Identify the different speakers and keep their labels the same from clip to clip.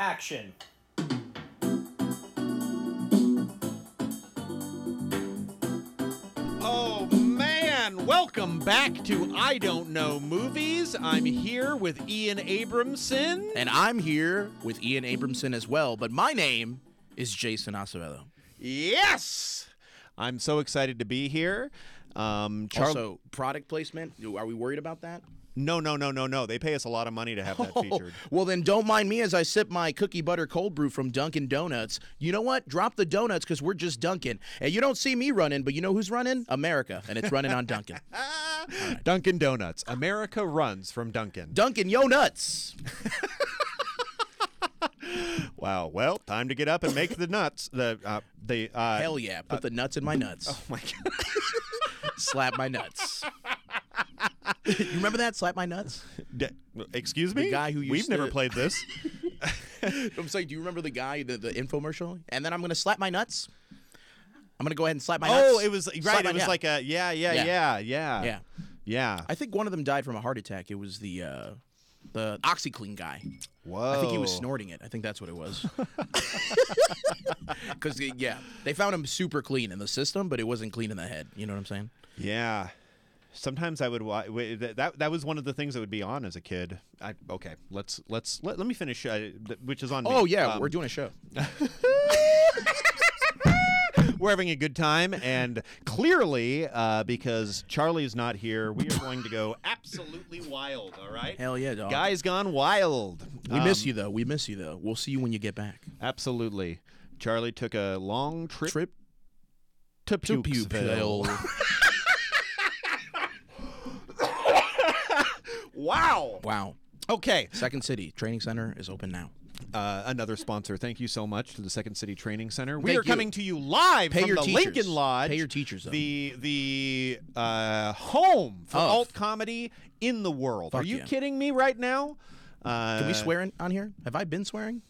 Speaker 1: action.
Speaker 2: Oh man, welcome back to I Don't Know Movies. I'm here with Ian Abramson.
Speaker 3: And I'm here with Ian Abramson as well, but my name is Jason Acevedo.
Speaker 2: Yes! I'm so excited to be here. Um Charlie
Speaker 3: also, product placement, are we worried about that?
Speaker 2: No, no, no, no, no. They pay us a lot of money to have
Speaker 3: Oh.
Speaker 2: that featured.
Speaker 3: Well, then don't mind me as I sip my cookie butter cold brew from Dunkin' Donuts. You know what? Drop the donuts because we're just Dunkin'. And you don't see me running, but you know who's running? America. And it's running on Dunkin'.
Speaker 2: Dunkin' Donuts. America runs from Dunkin'.
Speaker 3: Dunkin', yo nuts.
Speaker 2: wow. Well, time to get up and make the nuts. The uh, the uh,
Speaker 3: Hell yeah. Put the nuts in my nuts.
Speaker 2: Oh my god.
Speaker 3: Slap my nuts. you remember that? Slap my nuts?
Speaker 2: D- Excuse me.
Speaker 3: guy who
Speaker 2: we've
Speaker 3: used
Speaker 2: never
Speaker 3: to-
Speaker 2: played this.
Speaker 3: I'm saying, do you remember the guy, the, the infomercial? And then I'm going to slap my nuts. I'm going to go ahead and slap my nuts.
Speaker 2: Oh, it was
Speaker 3: Slap
Speaker 2: right.
Speaker 3: my-
Speaker 2: It was
Speaker 3: yeah.
Speaker 2: like a yeah, yeah,
Speaker 3: Yeah.
Speaker 2: yeah, yeah,
Speaker 3: Yeah.
Speaker 2: yeah.
Speaker 3: uh, I think one of them died from a heart attack. It was the uh, the OxyClean guy.
Speaker 2: Whoa.
Speaker 3: I think he was snorting it. I think that's what it was. Because yeah, they found him super clean in the system, but it wasn't clean in the head. You know what I'm saying?
Speaker 2: Yeah. Sometimes I would watch that. That was one of the things that would be on as a kid. I okay. Let's let's let, let me finish. Uh, th- which is on. me.
Speaker 3: Oh yeah,
Speaker 2: Um,
Speaker 3: we're doing a show.
Speaker 2: we're having a good time, and clearly, uh, because Charlie's not here, we are going to go absolutely wild. All right.
Speaker 3: Hell yeah, dog.
Speaker 2: Guys gone wild. Um,
Speaker 3: we miss you though. We miss you though. We'll see you when you get back.
Speaker 2: Absolutely. Charlie took a long trip,
Speaker 3: Trip
Speaker 2: to
Speaker 3: to
Speaker 2: Pukesville.
Speaker 3: pupil.
Speaker 2: Wow.
Speaker 3: wow.
Speaker 2: Okay.
Speaker 3: Second City Training Center is open now.
Speaker 2: Uh, another sponsor. Thank you so much to the Second City Training Center. We
Speaker 3: Thank
Speaker 2: are
Speaker 3: you.
Speaker 2: coming to you live
Speaker 3: Pay
Speaker 2: from
Speaker 3: your
Speaker 2: the
Speaker 3: teachers.
Speaker 2: Lincoln Lodge.
Speaker 3: Pay your teachers, though.
Speaker 2: The the uh, home for
Speaker 3: Of.
Speaker 2: alt comedy in the world. are you
Speaker 3: yeah.
Speaker 2: kidding me right now? Uh,
Speaker 3: Are we swearing on here? Have I been swearing?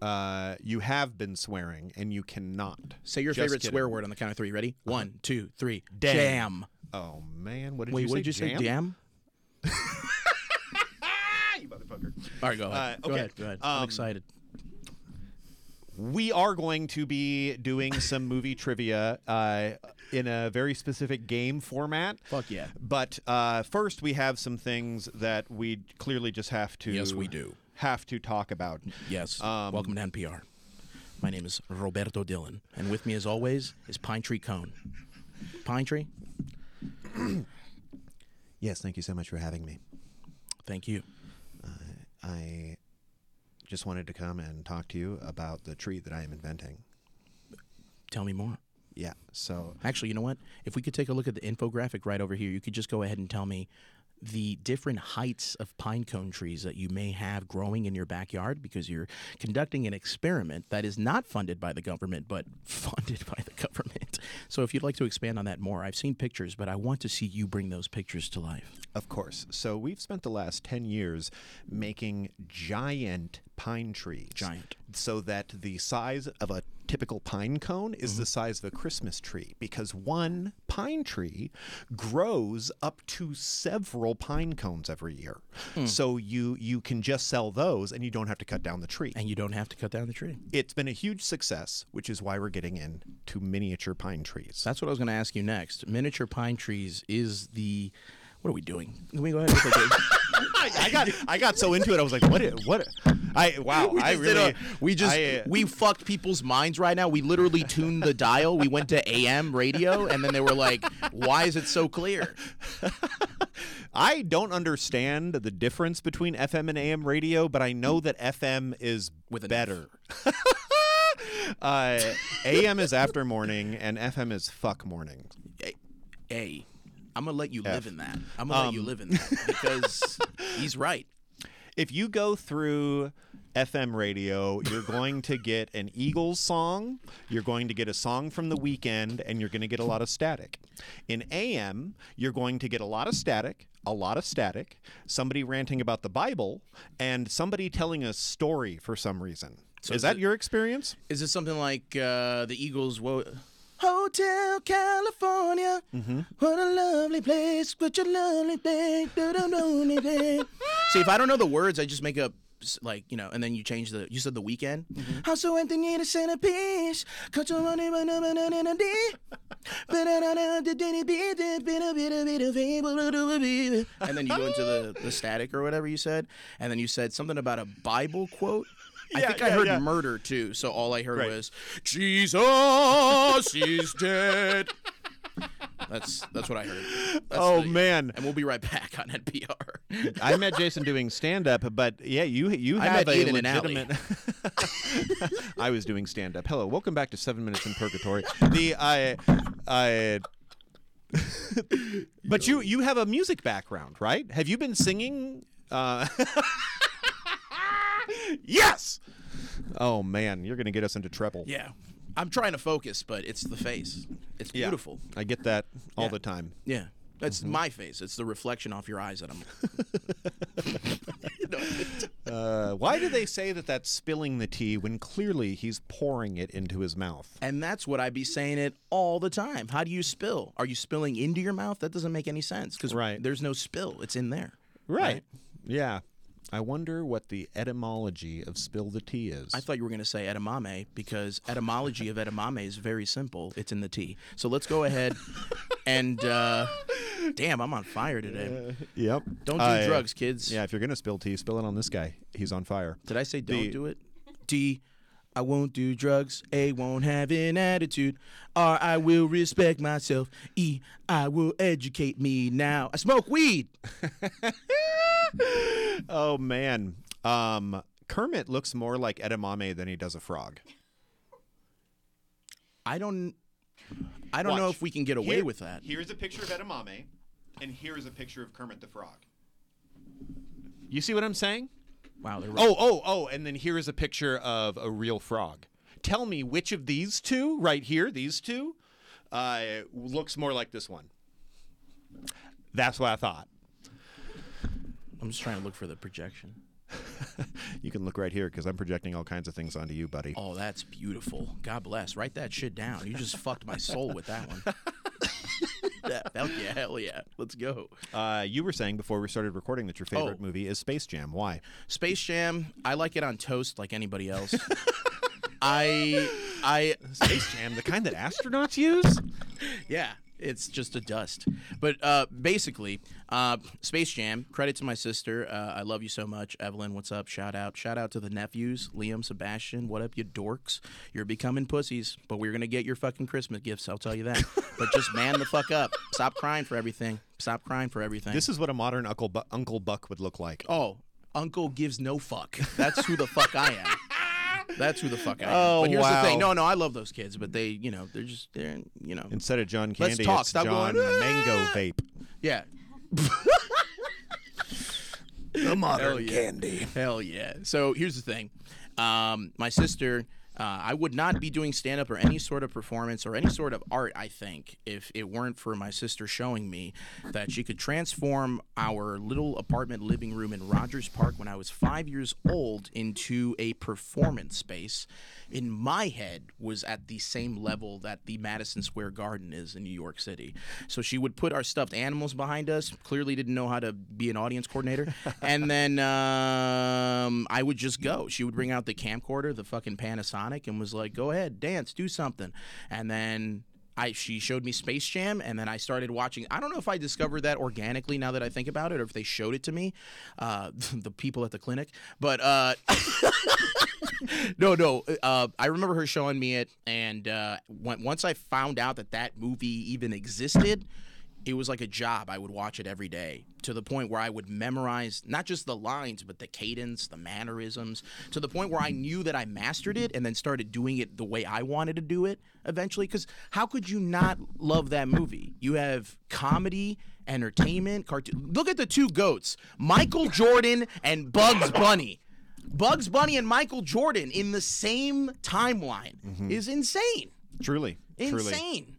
Speaker 2: Uh, you have been swearing, and you cannot
Speaker 3: Say your
Speaker 2: Just
Speaker 3: favorite
Speaker 2: kidding. Uh-huh.
Speaker 3: swear word on the count of three. Ready? One, two, three.
Speaker 2: Damn.
Speaker 3: Jam.
Speaker 2: Oh man, what did
Speaker 3: Wait,
Speaker 2: you
Speaker 3: what
Speaker 2: say?
Speaker 3: did you say?
Speaker 2: Jam?
Speaker 3: Damn.
Speaker 2: Ah, you motherfucker.
Speaker 3: All right, go ahead.
Speaker 2: Uh,
Speaker 3: Go
Speaker 2: okay.
Speaker 3: ahead. Go ahead. I'm
Speaker 2: Um,
Speaker 3: excited.
Speaker 2: We are going to be doing some movie trivia uh, in a very specific game format.
Speaker 3: Fuck yeah.
Speaker 2: But uh, first, we have some things that we clearly just have to.
Speaker 3: Yes, we do.
Speaker 2: Have to talk about.
Speaker 3: Yes.
Speaker 2: Um,
Speaker 3: Welcome to NPR. My name is Roberto Dillon, and with me, as always, is Pine Tree Cone. Pine Tree,
Speaker 2: Yes, thank you so much for having me.
Speaker 3: thank you.
Speaker 2: I just wanted to come and talk to you about the tree that I am inventing.
Speaker 3: Tell me more.
Speaker 2: Yeah. So
Speaker 3: Actually, you know what? If we could take a look at the infographic right over here, you could just go ahead and tell me the different heights of pine cone trees that you may have growing in your backyard because you're conducting an experiment that is not funded by the government but funded by the government. So if you'd like to expand on that more, I've seen pictures, but I want to see you bring those pictures to life.
Speaker 2: Of course. So we've spent the last 10 years making giant pine trees.
Speaker 3: Giant.
Speaker 2: So that the size of a typical pine cone is
Speaker 3: Mm-hmm.
Speaker 2: the size of a Christmas tree because one pine tree grows up to several pine cones every year.
Speaker 3: Hmm.
Speaker 2: So you you can just sell those and you don't have to cut down the tree.
Speaker 3: And you don't have to cut down the tree.
Speaker 2: It's been a huge success, which is why we're getting into miniature pine trees.
Speaker 3: That's what I was going to ask you next. Miniature pine trees is the. What are we doing? Can we go ahead and take a.
Speaker 2: I, I got I got so into it I was like what i- what I wow
Speaker 3: We
Speaker 2: I
Speaker 3: just did
Speaker 2: really
Speaker 3: a- we just
Speaker 2: I, uh,
Speaker 3: we fucked people's minds right now. We literally tuned the dial. We went to AM radio, and then they were like, "Why is it so clear?"
Speaker 2: I don't understand the difference between FM and AM radio, but I know that FM is
Speaker 3: With an
Speaker 2: better. uh, AM is after morning, and FM is fuck morning.
Speaker 3: A, A. I'm gonna let you live in that. I'm gonna let you live in that because he's right.
Speaker 2: If you go through FM radio, you're going to get an Eagles song, you're going to get a song from the weekend, and you're going to get a lot of static. In AM, you're going to get a lot of static, a lot of static, somebody ranting about the Bible, and somebody telling a story for some reason. is
Speaker 3: is
Speaker 2: that
Speaker 3: it-
Speaker 2: your experience?
Speaker 3: Is it something like uh, the Eagles? Wo- Mm-hmm. Hotel California, what a lovely place, what a lovely day. da-dum-dum-dee-day. See, if I don't know the words, I just make up s- like you know, and then you change the you said the weekend. Also, Anthony the centerpiece. Cut your money, but no, but no, no, no, no. But I don't know, did any bit, did bit, a bit, a bit of able to do a bit. And then you go into the, the static or whatever you said, and then you said something about a Bible quote. I
Speaker 2: Yeah,
Speaker 3: think I
Speaker 2: yeah,
Speaker 3: heard
Speaker 2: yeah.
Speaker 3: murder too, so all I heard
Speaker 2: Great.
Speaker 3: was Jesus is dead. That's that's what I heard. That's
Speaker 2: Oh,
Speaker 3: the-
Speaker 2: man.
Speaker 3: And we'll be right back on NPR.
Speaker 2: I met Jason doing stand up, but yeah, you you
Speaker 3: I
Speaker 2: have
Speaker 3: met
Speaker 2: a
Speaker 3: Ian in an alley.
Speaker 2: legitimate. I was doing stand up. Hello, welcome back to Seven Minutes in Purgatory. The I I. but you you have a music background, right? Have you been singing? Uh... yes. Oh man, you're gonna get us into trouble.
Speaker 3: Yeah. I'm trying to focus, but it's the face. It's
Speaker 2: Yeah. Mm-hmm.
Speaker 3: beautiful.
Speaker 2: I get that all
Speaker 3: Yeah.
Speaker 2: the time.
Speaker 3: Yeah. That's my face. It's the reflection off your eyes that I'm. No,
Speaker 2: Uh, why do they say that that's spilling the tea when clearly he's pouring it into his mouth?
Speaker 3: and that's what I be saying it all the time. How do you spill? Are you spilling into your mouth? That doesn't make any sense because
Speaker 2: Right.
Speaker 3: there's no spill. It's in there.
Speaker 2: Right. Yeah. I wonder what the etymology of spill the tea is.
Speaker 3: I thought you were going to say edamame because etymology of edamame is very simple. It's in the tea. So let's go ahead and. Uh, damn, I'm on fire today.
Speaker 2: yep.
Speaker 3: Don't do
Speaker 2: I-
Speaker 3: drugs, kids.
Speaker 2: Yeah, if you're going to spill tea, spill it on this guy. He's on fire.
Speaker 3: Did I say don't
Speaker 2: The-
Speaker 3: do it? D. I won't do drugs. A. Won't have an attitude. R. I will respect myself. E. I will educate me now. I smoke weed.
Speaker 2: Oh, man. Um, Kermit looks more like edamame than he does a frog.
Speaker 3: I don't. I don't know
Speaker 2: Watch.
Speaker 3: if we can get away with that.
Speaker 2: Here's a picture of edamame, and here's a picture of Kermit the frog. You see what I'm saying?
Speaker 3: Wow. They're
Speaker 2: Oh, oh, oh, and then here is a picture of a real frog. Tell me which of these two, right here, these two, uh, looks more like this one. That's what I thought.
Speaker 3: I'm just trying to look for the projection.
Speaker 2: You can look right here because I'm projecting all kinds of things onto you, buddy.
Speaker 3: Oh, that's beautiful. God bless. Write that shit down. You just fucked my soul with that one. that, hell yeah, hell yeah. Let's go.
Speaker 2: Uh, you were saying before we started recording that your favorite
Speaker 3: Oh.
Speaker 2: movie is Space Jam. Why?
Speaker 3: Space Jam. I like it on toast, like anybody else. I, I,
Speaker 2: Space Jam, the kind that astronauts use?
Speaker 3: yeah. It's just a dust. But uh, basically, uh, Space Jam. Credit to my sister. Uh, I love you so much, Evelyn. What's up? Shout out. Shout out to the nephews, Liam, Sebastian. What up, you dorks? You're becoming pussies, but we're gonna get your fucking Christmas gifts. I'll tell you that. but just man the fuck up. Stop crying for everything. Stop crying for everything.
Speaker 2: This is what a modern Uncle, Bu- Uncle Buck would look like.
Speaker 3: Oh, Uncle gives no fuck. That's who the fuck I am. That's who the fuck I am. but
Speaker 2: Oh,
Speaker 3: here's the thing.
Speaker 2: wow.
Speaker 3: No, no, I love those kids, but they, you know, they're just, they're, you know,
Speaker 2: Instead of John Candy,
Speaker 3: Let's talk.
Speaker 2: it's
Speaker 3: Stop
Speaker 2: John
Speaker 3: going, "Ah!"
Speaker 2: Mango Vape.
Speaker 3: yeah.
Speaker 2: The modern
Speaker 3: yeah. Hell yeah. So here's the thing. Um, my sister, uh, I would not be doing stand up or any sort of performance or any sort of art, I think, if it weren't for my sister showing me that she could transform our little apartment living room in Rogers Park when I was five years old into a performance space in my head was at the same level that the Madison Square Garden is in New York City. So she would put our stuffed animals behind us. Clearly didn't know how to be an audience coordinator. and then um, I would just go. She would bring out the camcorder, the fucking Panasonic, and was like, "Go ahead, dance, do something." And then. I, she showed me Space Jam, and then I started watching. I don't know if I discovered that organically now that I think about it, or if they showed it to me, uh, the people at the clinic. But uh, no, no. Uh, I remember her showing me it, and uh, when, once I found out that that movie even existed, it was like a job. I would watch it every day to the point where I would memorize not just the lines, but the cadence, the mannerisms, to the point where I knew that I mastered it and then started doing it the way I wanted to do it eventually. Because how could you not love that movie? You have comedy. Entertainment, cartoon. Look at the two goats, Michael Jordan and Bugs Bunny. Bugs Bunny and Michael Jordan in the same timeline is insane.
Speaker 2: Mm-hmm. Truly.
Speaker 3: Insane.
Speaker 2: Truly.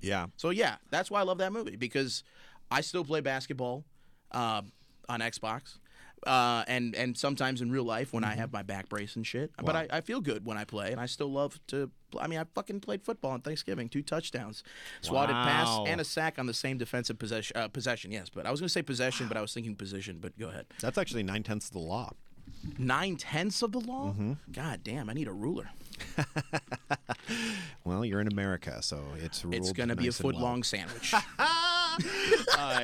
Speaker 2: Yeah.
Speaker 3: So yeah, that's why I love that movie because I still play basketball uh, on Xbox. Uh, and and sometimes in real life when I
Speaker 2: Mm-hmm.
Speaker 3: have my back brace and shit, but I, I feel good when I play, and I still love to. pl- I mean, I fucking played football on Thanksgiving, two touchdowns, swatted
Speaker 2: Wow.
Speaker 3: pass, and a sack on the same defensive possession. Uh, possession, yes, but I was gonna say possession, but I was thinking position. But go ahead.
Speaker 2: That's actually nine tenths of the law.
Speaker 3: nine tenths of the law.
Speaker 2: Mm-hmm.
Speaker 3: God damn, I need a ruler.
Speaker 2: Well, you're in America, so it's ruled
Speaker 3: It's gonna be a
Speaker 2: nice and
Speaker 3: foot
Speaker 2: well.
Speaker 3: long sandwich.
Speaker 2: Uh,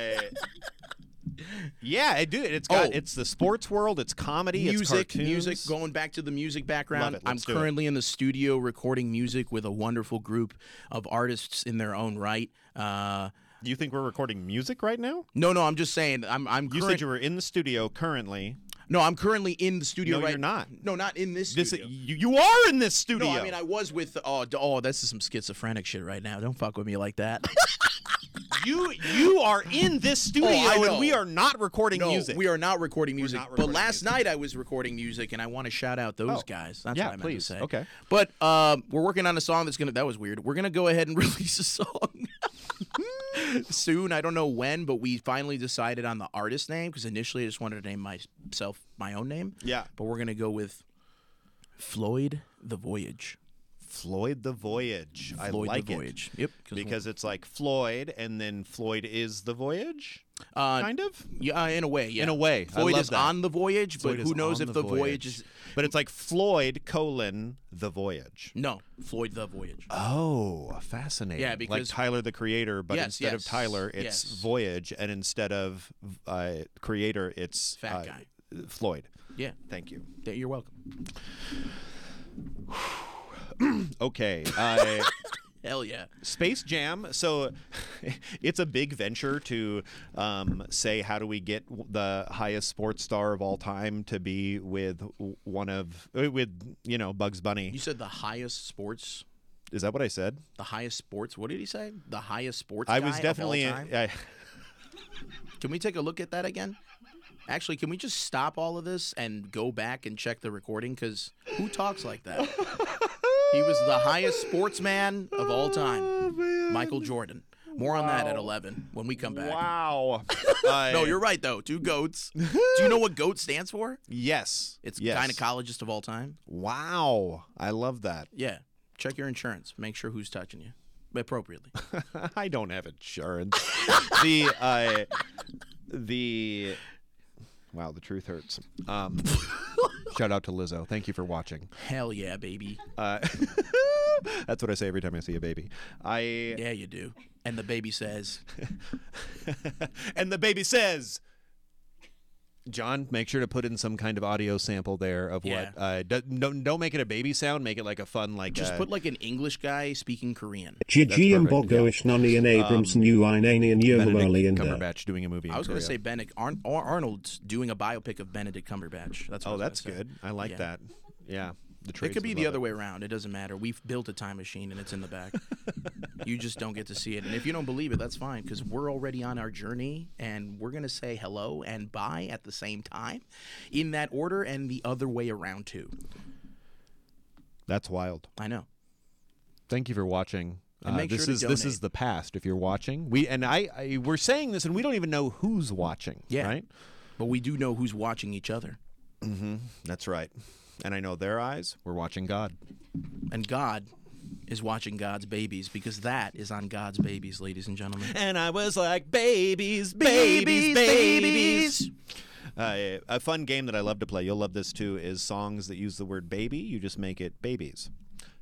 Speaker 2: yeah, it, dude, it's got
Speaker 3: Oh.
Speaker 2: it's the sports world, it's comedy,
Speaker 3: music,
Speaker 2: it's
Speaker 3: music.
Speaker 2: cartoons.
Speaker 3: Going back to the music background,
Speaker 2: Love it.
Speaker 3: I'm
Speaker 2: Let's do it.
Speaker 3: currently in the studio recording music with a wonderful group of artists in their own right. Uh,
Speaker 2: Do you think we're recording music right now?
Speaker 3: no, no, I'm just saying. I'm, I'm.
Speaker 2: You
Speaker 3: current-
Speaker 2: said you were in the studio currently.
Speaker 3: no, I'm currently in the studio.
Speaker 2: No,
Speaker 3: right
Speaker 2: you're not.
Speaker 3: No, not in this.
Speaker 2: This
Speaker 3: studio.
Speaker 2: you, you are in this studio.
Speaker 3: No, I mean I was with. Oh, d- oh, this is some schizophrenic shit right now. Don't fuck with me like that.
Speaker 2: you you are in this studio,
Speaker 3: know.
Speaker 2: and we are not recording
Speaker 3: no,
Speaker 2: music.
Speaker 3: we are not recording music.
Speaker 2: not recording
Speaker 3: but last
Speaker 2: music.
Speaker 3: night I was recording music, and I want to shout out those
Speaker 2: Oh.
Speaker 3: guys. That's
Speaker 2: Yeah,
Speaker 3: what I meant
Speaker 2: please.
Speaker 3: to say.
Speaker 2: Okay.
Speaker 3: But um, we're working on a song that's gonna. That was weird. We're gonna go ahead and release a song. Soon, I don't know when, but we finally decided on the artist name because initially I just wanted to name myself my own name.
Speaker 2: Yeah.
Speaker 3: But we're gonna go with Floyd the Voyage.
Speaker 2: Floyd the Voyage. I
Speaker 3: Floyd
Speaker 2: like
Speaker 3: the
Speaker 2: it
Speaker 3: Voyage. Yep.
Speaker 2: because it's like Floyd, and then Floyd is the Voyage,
Speaker 3: uh,
Speaker 2: kind of.
Speaker 3: yeah, uh, in a way, yeah.
Speaker 2: In a way, I
Speaker 3: Floyd
Speaker 2: love
Speaker 3: is
Speaker 2: that.
Speaker 3: on the voyage,
Speaker 2: Floyd
Speaker 3: but
Speaker 2: is
Speaker 3: who knows
Speaker 2: on
Speaker 3: if the voyage is
Speaker 2: But it's like Floyd colon the Voyage.
Speaker 3: no Floyd the Voyage.
Speaker 2: Oh, fascinating.
Speaker 3: Yeah,
Speaker 2: like
Speaker 3: because-
Speaker 2: Tyler the Creator, but
Speaker 3: Yes,
Speaker 2: instead of
Speaker 3: yes,
Speaker 2: Tyler, it's
Speaker 3: yes.
Speaker 2: Voyage, and instead of uh, Creator, it's
Speaker 3: Fat
Speaker 2: uh,
Speaker 3: guy.
Speaker 2: Floyd.
Speaker 3: Yeah,
Speaker 2: Thank you.
Speaker 3: th- you're welcome.
Speaker 2: Okay. Uh,
Speaker 3: Hell yeah.
Speaker 2: Space Jam. So it's a big venture to um, say how do we get w- the highest sports star of all time to be with w- one of uh, with you know Bugs
Speaker 3: You
Speaker 2: Bunny.
Speaker 3: said the highest sports,
Speaker 2: Is that what I said?
Speaker 3: the highest sports. What did he say? The highest sports.
Speaker 2: I
Speaker 3: guy
Speaker 2: was definitely.
Speaker 3: Of all time?
Speaker 2: I,
Speaker 3: Can we take a look at that again? Actually, can we just stop all of this and go back and check the recording? Because who talks like that? he was the highest sportsman of all time, Michael Jordan. More on that at 11 when we come back.
Speaker 2: wow.
Speaker 3: No, you're right though. Two goats. Do you know what goat stands for?
Speaker 2: Yes.
Speaker 3: It's
Speaker 2: yes.
Speaker 3: gynecologist of all time.
Speaker 2: Wow. I love that.
Speaker 3: Yeah. Check your insurance. Make sure who's touching you appropriately.
Speaker 2: I don't have insurance. the uh, the wow, the truth hurts. Um, shout out to Lizzo. Thank you for watching.
Speaker 3: Hell yeah, baby.
Speaker 2: Uh, that's what I say every time I see a baby. I
Speaker 3: Yeah, you do. And the baby says,
Speaker 2: and the baby says. John, make sure to put in some kind of audio sample there of
Speaker 3: Yeah.
Speaker 2: what. Uh, do, don't don't make it a baby sound. Make it like a fun like.
Speaker 3: just
Speaker 2: uh,
Speaker 3: put like an English guy speaking Korean.
Speaker 1: Gigi and
Speaker 2: perfect, Um,
Speaker 1: Bogoish Nani and Abrams and Uinani and
Speaker 2: Benedict
Speaker 1: Yulmali and there.
Speaker 2: Cumberbatch doing a movie.
Speaker 3: I
Speaker 2: in
Speaker 3: was going to
Speaker 2: Korea.
Speaker 3: say Benedict Arn- Ar- Arnold's doing a biopic of Benedict Cumberbatch. That's what I
Speaker 2: Oh,
Speaker 3: was gonna
Speaker 2: that's
Speaker 3: say.
Speaker 2: good. I like
Speaker 3: Yeah.
Speaker 2: that. Yeah. The
Speaker 3: It
Speaker 2: trades
Speaker 3: could be
Speaker 2: would
Speaker 3: the
Speaker 2: love
Speaker 3: other
Speaker 2: it.
Speaker 3: way around. It doesn't matter. We've built a time machine and it's in the back. you just don't get to see it. And if you don't believe it, that's fine because we're already on our journey and we're going to say hello and bye at the same time in that order and the other way around too.
Speaker 2: That's wild.
Speaker 3: I know.
Speaker 2: Thank you for watching.
Speaker 3: And
Speaker 2: Uh,
Speaker 3: make
Speaker 2: this
Speaker 3: sure to
Speaker 2: is this
Speaker 3: donate.
Speaker 2: is the past. If you're watching, we and I, I we're saying this, and we don't even know who's watching.
Speaker 3: Yeah.
Speaker 2: right.
Speaker 3: But we do know who's watching each other.
Speaker 2: That's right. And I know their eyes. We're watching God.
Speaker 3: And God is watching God's babies because that is on God's babies, ladies and gentlemen.
Speaker 2: And I was like, babies,
Speaker 3: Babies, babies.
Speaker 2: Uh, a fun game that I love to play. You'll love this too. Is songs that use the word baby. You just make it babies.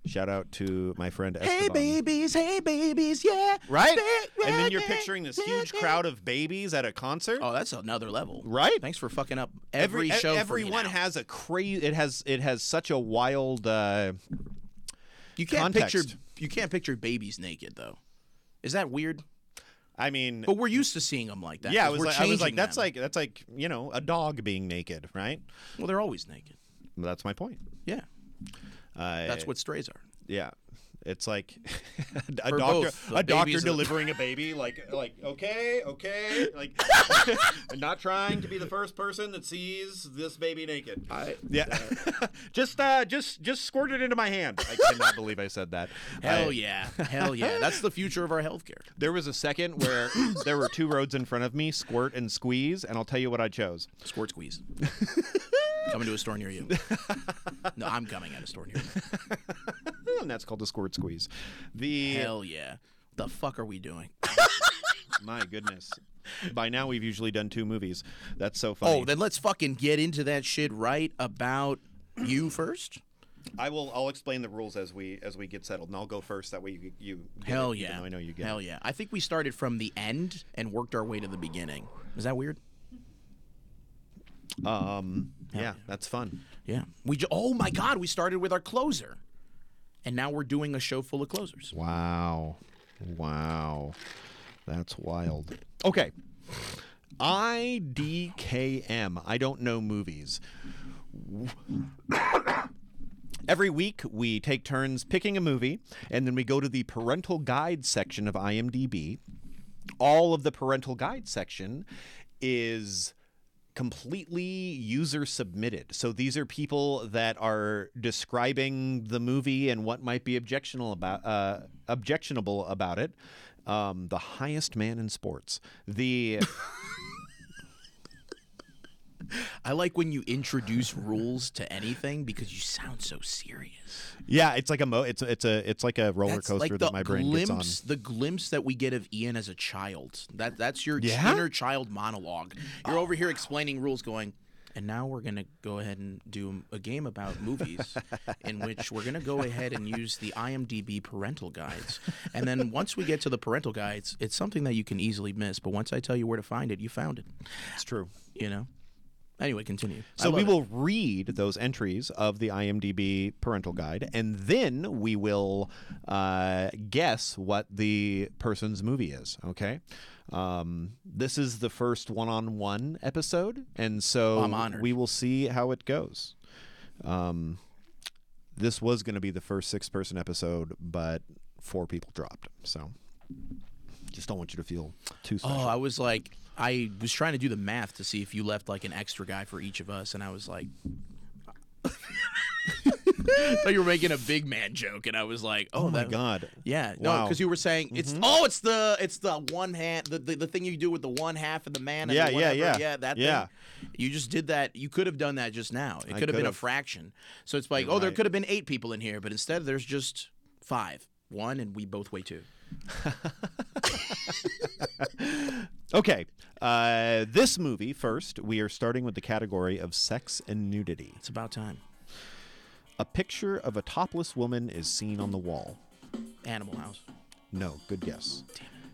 Speaker 2: Shout out to my friend Esteban.
Speaker 3: Hey, babies. Hey, babies. Yeah.
Speaker 2: Right?
Speaker 3: Ba-
Speaker 2: And then you're
Speaker 3: yeah,
Speaker 2: picturing this
Speaker 3: yeah,
Speaker 2: huge
Speaker 3: yeah.
Speaker 2: crowd of babies at a concert.
Speaker 3: Oh, that's another level.
Speaker 2: Right?
Speaker 3: Thanks for fucking up every,
Speaker 2: e-
Speaker 3: show. for me
Speaker 2: everyone
Speaker 3: now.
Speaker 2: has a crazy. It has it has such a wild. Uh,
Speaker 3: You can't
Speaker 2: context.
Speaker 3: picture you can't picture babies naked though. Is that weird?
Speaker 2: I mean,
Speaker 3: But we're used to seeing them like that.
Speaker 2: yeah, I
Speaker 3: 'cause
Speaker 2: was
Speaker 3: we're
Speaker 2: like, I was like,
Speaker 3: changing
Speaker 2: that's
Speaker 3: them.
Speaker 2: like that's like you know a dog being naked, right?
Speaker 3: well, they're always naked.
Speaker 2: That's my point.
Speaker 3: Yeah,
Speaker 2: Uh,
Speaker 3: that's what strays are.
Speaker 2: Yeah, it's like a
Speaker 3: For
Speaker 2: doctor
Speaker 3: both, the
Speaker 2: a doctor
Speaker 3: babies and-
Speaker 2: delivering a baby, like like okay, okay, like I'm not trying to be the first person that sees this baby naked. yeah, just uh, just just squirt it into my hand. I cannot believe I said that. I-
Speaker 3: Hell yeah, hell yeah. That's the future of our healthcare.
Speaker 2: There was a second where there were two roads in front of me, squirt and squeeze, and I'll tell you what I chose.
Speaker 3: Squirt squeeze. coming to a store near you. No, I'm coming at a store near you.
Speaker 2: And that's called a squirt squeeze. The
Speaker 3: Hell yeah. The fuck are we doing?
Speaker 2: My goodness. By now we've usually done two movies. That's so funny.
Speaker 3: Oh, then let's fucking get into that shit right about you first.
Speaker 2: I will. I'll explain the rules as we as we get settled, and I'll go first. That way you you get
Speaker 3: Hell
Speaker 2: it, even
Speaker 3: yeah.
Speaker 2: though I know you get.
Speaker 3: Hell yeah. I think we started from the end and worked our way to the beginning. Is that weird?
Speaker 2: it. Um. Yeah, that's fun.
Speaker 3: Yeah. We j- oh my god, we started with our closer. And now we're doing a show full of closers.
Speaker 2: Wow. Wow. That's wild. Okay. IDKM. I don't know movies. Every week, we take turns picking a movie, and then we go to the parental guide section of IMDb. All of the parental guide section is completely user submitted. So these are people that are describing the movie and what might be objectionable about uh, objectionable about it. Um, the highest man in sports. The
Speaker 3: I like when you introduce rules to anything because you sound so serious.
Speaker 2: yeah, it's like a mo. It's it's a it's like a roller
Speaker 3: That's
Speaker 2: coaster
Speaker 3: like the
Speaker 2: that my brain
Speaker 3: glimpse,
Speaker 2: gets on.
Speaker 3: the glimpse that we get of Ian as a child. That that's your
Speaker 2: Yeah?
Speaker 3: inner child monologue. You're over here explaining rules, going, and now we're gonna go ahead and do a game about movies, in which we're gonna go ahead and use the IMDb parental guides. And then once we get to the parental guides, it's something that you can easily miss. But once I tell you where to find it, you found it.
Speaker 2: It's true.
Speaker 3: You know. Anyway, continue. I
Speaker 2: So we
Speaker 3: love it.
Speaker 2: will read those entries of the IMDb parental guide, and then we will uh, guess what the person's movie is. Okay, um, this is the first one-on-one episode, and so
Speaker 3: I'm honored.
Speaker 2: we will see how it goes. Um, this was going to be the first six-person episode, but four people dropped, so just don't want you to feel too special.
Speaker 3: Oh, I was like, I was trying to do the math to see if you left like an extra guy for each of us, and I was like, I thought you were making a big man joke, and I was like, oh,
Speaker 2: Oh my
Speaker 3: that-
Speaker 2: God!
Speaker 3: Yeah, no,
Speaker 2: Wow. Mm-hmm.
Speaker 3: because you were saying it's oh, it's the it's the one hand the, the, the thing you do with the one half of the man. And
Speaker 2: Yeah,
Speaker 3: the
Speaker 2: yeah,
Speaker 3: whatever,
Speaker 2: yeah.
Speaker 3: yeah, that
Speaker 2: Yeah.
Speaker 3: thing. You just did that. You could have done that just now. It could have been a
Speaker 2: could've.
Speaker 3: fraction. So it's like, oh, there
Speaker 2: right.
Speaker 3: could have been eight people in here, but instead there's just five, one, and we both weigh two.
Speaker 2: Okay. Uh, this movie, first, we are starting with the category of sex and nudity.
Speaker 3: It's about time.
Speaker 2: A picture of a topless woman is seen on the wall.
Speaker 3: Animal House.
Speaker 2: No, good guess.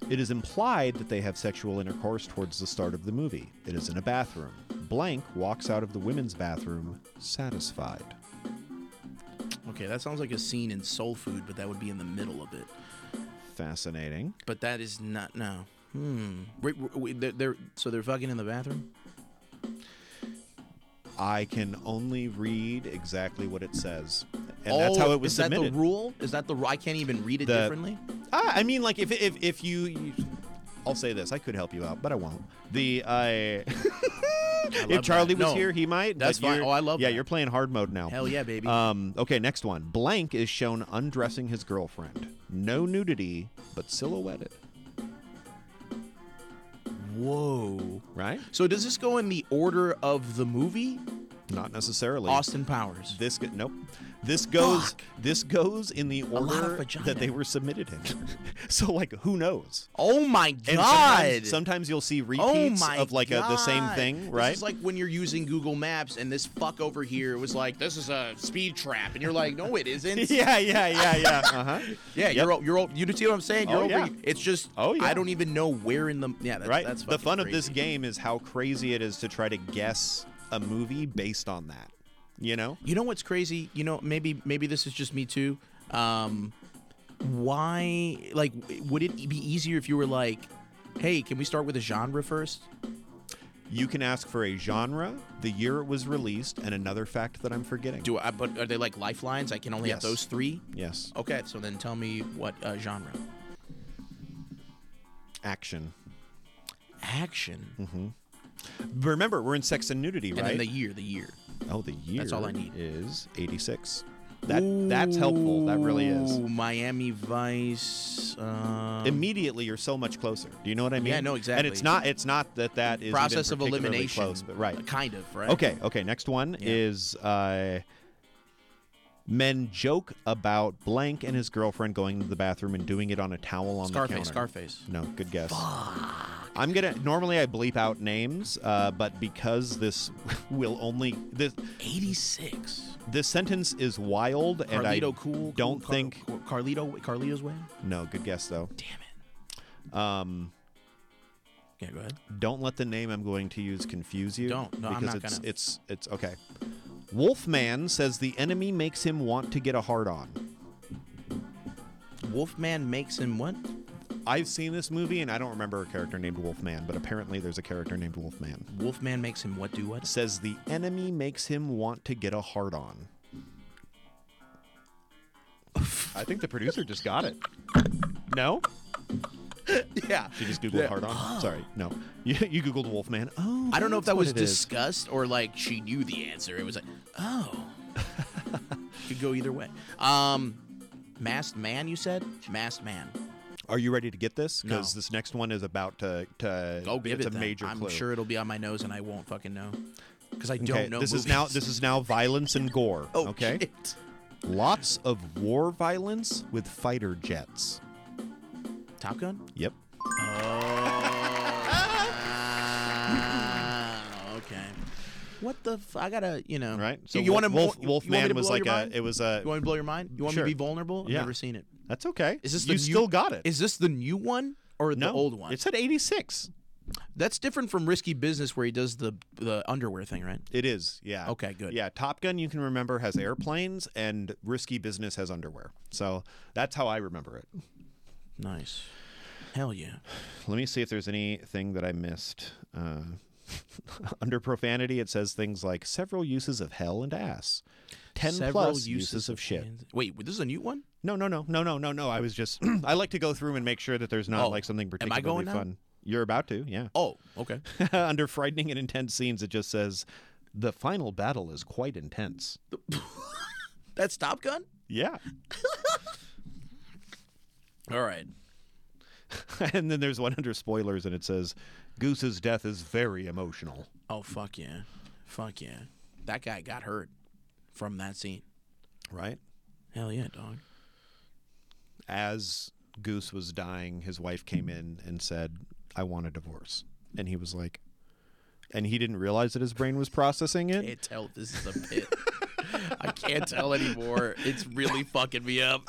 Speaker 2: It is implied that they have sexual intercourse towards the start of the movie. It is in a bathroom. Blank walks out of the women's bathroom satisfied.
Speaker 3: Okay, that sounds like a scene in Soul Food, but that would be in the middle of it.
Speaker 2: Fascinating.
Speaker 3: But that is not no. Hmm. Wait, wait, wait, they're, they're so they're fucking in the bathroom.
Speaker 2: I can only read exactly what it says. And that's how it was
Speaker 3: Oh, is that
Speaker 2: submitted.
Speaker 3: the rule? Is that the ru- I can't even read it
Speaker 2: The-
Speaker 3: differently.
Speaker 2: Ah, I mean, like if if if you, you- I'll say this. I could help you out, but I won't. The I. if
Speaker 3: that.
Speaker 2: Charlie was
Speaker 3: No,
Speaker 2: here, he might.
Speaker 3: that's
Speaker 2: but you're-
Speaker 3: fine. Oh, I love
Speaker 2: Yeah,
Speaker 3: that.
Speaker 2: you're playing hard mode now.
Speaker 3: Hell yeah, baby.
Speaker 2: Um. Okay, next one. Blank is shown undressing his girlfriend. No nudity, but silhouetted.
Speaker 3: Whoa.
Speaker 2: Right?
Speaker 3: So does this go in the order of the movie?
Speaker 2: Not necessarily.
Speaker 3: Austin Powers.
Speaker 2: This go- nope. This goes. This goes in the
Speaker 3: lot of
Speaker 2: order
Speaker 3: vagina.
Speaker 2: that they were submitted in. so like, who knows?
Speaker 3: oh my
Speaker 2: And
Speaker 3: god.
Speaker 2: sometimes, sometimes you'll see
Speaker 3: Oh
Speaker 2: repeats
Speaker 3: my
Speaker 2: of like A, the same
Speaker 3: God.
Speaker 2: thing, right?
Speaker 3: This is like when you're using Google Maps and this fuck over here was like, "This is a speed trap," and you're like, "No, it isn't."
Speaker 2: yeah, yeah, yeah, yeah. Uh-huh.
Speaker 3: Yeah, you're o- you're o- you see what I'm saying? You're
Speaker 2: Oh,
Speaker 3: over,
Speaker 2: yeah.
Speaker 3: It's just
Speaker 2: Oh, yeah.
Speaker 3: I don't even know where in the yeah. That's,
Speaker 2: right.
Speaker 3: That's
Speaker 2: the
Speaker 3: fucking
Speaker 2: fun of this
Speaker 3: crazy.
Speaker 2: game is how crazy it is to try to guess a movie based on that. You know?
Speaker 3: You know what's crazy? You know maybe maybe this is just me too. Um, why like w- would it be easier if you were like, hey, can we start with a genre first?
Speaker 2: You can ask for a genre, the year it was released, and another fact that I'm forgetting.
Speaker 3: Do I? But are they like lifelines? I can only
Speaker 2: Yes.
Speaker 3: have those three.
Speaker 2: yes.
Speaker 3: Okay, so then tell me what uh, genre.
Speaker 2: Action.
Speaker 3: Action.
Speaker 2: Remember, we're in sex and nudity,
Speaker 3: And
Speaker 2: right?
Speaker 3: then the year, the year.
Speaker 2: oh, the year
Speaker 3: all I need.
Speaker 2: is 86. That that's helpful. That really is.
Speaker 3: Ooh, Miami Vice. Um,
Speaker 2: Immediately, you're so much closer. Do you know what I mean?
Speaker 3: no,
Speaker 2: And
Speaker 3: exactly.
Speaker 2: it's not. It's not that that is
Speaker 3: process
Speaker 2: even
Speaker 3: of
Speaker 2: particularly
Speaker 3: elimination.
Speaker 2: Close, but right.
Speaker 3: Kind of, right?
Speaker 2: Okay, okay. Next one
Speaker 3: Yeah.
Speaker 2: is uh, men joke about blank and his girlfriend going to the bathroom and doing it on a towel on
Speaker 3: Scarface,
Speaker 2: the counter.
Speaker 3: Scarface.
Speaker 2: No, good guess. I'm gonna normally I bleep out names, uh, but because this will only this
Speaker 3: 86.
Speaker 2: this sentence is wild, and I
Speaker 3: Carlito Cool.
Speaker 2: don't
Speaker 3: Cool,
Speaker 2: think
Speaker 3: Car- Carlito Carlito's way.
Speaker 2: no. Good guess though.
Speaker 3: Damn it.
Speaker 2: Um,
Speaker 3: Yeah, go ahead.
Speaker 2: don't let the name I'm going to use confuse you.
Speaker 3: Don't. No, I'm
Speaker 2: because
Speaker 3: not
Speaker 2: it's,
Speaker 3: gonna.
Speaker 2: It's it's okay. Wolfman says the enemy makes him want to get a hard on.
Speaker 3: Wolfman makes him what?
Speaker 2: I've seen this movie and I don't remember a character named Wolfman, but apparently there's a character named Wolfman.
Speaker 3: Wolfman makes him what? Do what?
Speaker 2: Says the enemy makes him want to get a hard on. I think the producer just got it. No?
Speaker 3: Yeah.
Speaker 2: She just Googled hard on? Sorry. No. You, you Googled Wolfman. Oh.
Speaker 3: I don't know if
Speaker 2: that's
Speaker 3: that
Speaker 2: what
Speaker 3: was
Speaker 2: it is.
Speaker 3: discussed or like she knew the answer. It was like, oh, could go either way. Um, masked man, you said masked man.
Speaker 2: Are you ready to get this? Because
Speaker 3: No.
Speaker 2: this next one is about to. to
Speaker 3: Go give
Speaker 2: it's
Speaker 3: it.
Speaker 2: a
Speaker 3: then.
Speaker 2: major
Speaker 3: I'm
Speaker 2: clue.
Speaker 3: sure it'll be on my nose, and I won't fucking know because I
Speaker 2: Okay,
Speaker 3: don't know.
Speaker 2: this is now
Speaker 3: movies.
Speaker 2: this is now violence and gore.
Speaker 3: Oh,
Speaker 2: okay,
Speaker 3: shit.
Speaker 2: lots of war violence with fighter jets.
Speaker 3: Top Gun.
Speaker 2: Yep.
Speaker 3: Ah, okay. What the? F- I gotta, you know.
Speaker 2: Right.
Speaker 3: So you, want to
Speaker 2: Wolf,
Speaker 3: you, you want me
Speaker 2: Wolfman
Speaker 3: to
Speaker 2: was
Speaker 3: blow
Speaker 2: like
Speaker 3: your
Speaker 2: a.
Speaker 3: mind?
Speaker 2: It was
Speaker 3: You
Speaker 2: a.
Speaker 3: want me to blow your mind? You want
Speaker 2: Sure.
Speaker 3: me to be vulnerable? I've
Speaker 2: Yeah.
Speaker 3: never seen it.
Speaker 2: That's okay.
Speaker 3: Is this
Speaker 2: you
Speaker 3: the new-
Speaker 2: still got it?
Speaker 3: Is this the new one or
Speaker 2: no
Speaker 3: the old one?
Speaker 2: It said eighty six.
Speaker 3: That's different from Risky Business where he does the the underwear thing, right?
Speaker 2: It is. Yeah.
Speaker 3: Okay, good.
Speaker 2: Yeah. Top Gun, you can remember, has airplanes, and Risky Business has underwear. So that's how I remember it.
Speaker 3: Nice. Hell yeah.
Speaker 2: Let me see if there's anything that I missed. Uh, under profanity, it says things like several uses of hell and ass, ten plus uses, of shit.
Speaker 3: Wait, this is a new one?
Speaker 2: No, no, no, no, no, no, no. I was just I like to go through and make sure that there's not
Speaker 3: Oh,
Speaker 2: like something
Speaker 3: am I
Speaker 2: particularly
Speaker 3: going now?
Speaker 2: fun. You're about to, yeah.
Speaker 3: Oh, okay.
Speaker 2: Under frightening and intense scenes, it just says the final battle is quite intense.
Speaker 3: That's Top Gun?
Speaker 2: Yeah,
Speaker 3: All right.
Speaker 2: and then there's one under spoilers, and it says Goose's death is very emotional.
Speaker 3: Oh fuck yeah. Fuck yeah. That guy got hurt from that scene.
Speaker 2: Right
Speaker 3: Hell yeah, dog.
Speaker 2: as Goose was dying, his wife came in and said, "I want a divorce," and he was like, and he didn't realize that his brain was processing it.
Speaker 3: Can't tell if this is a bit. I can't tell anymore. It's really fucking me up.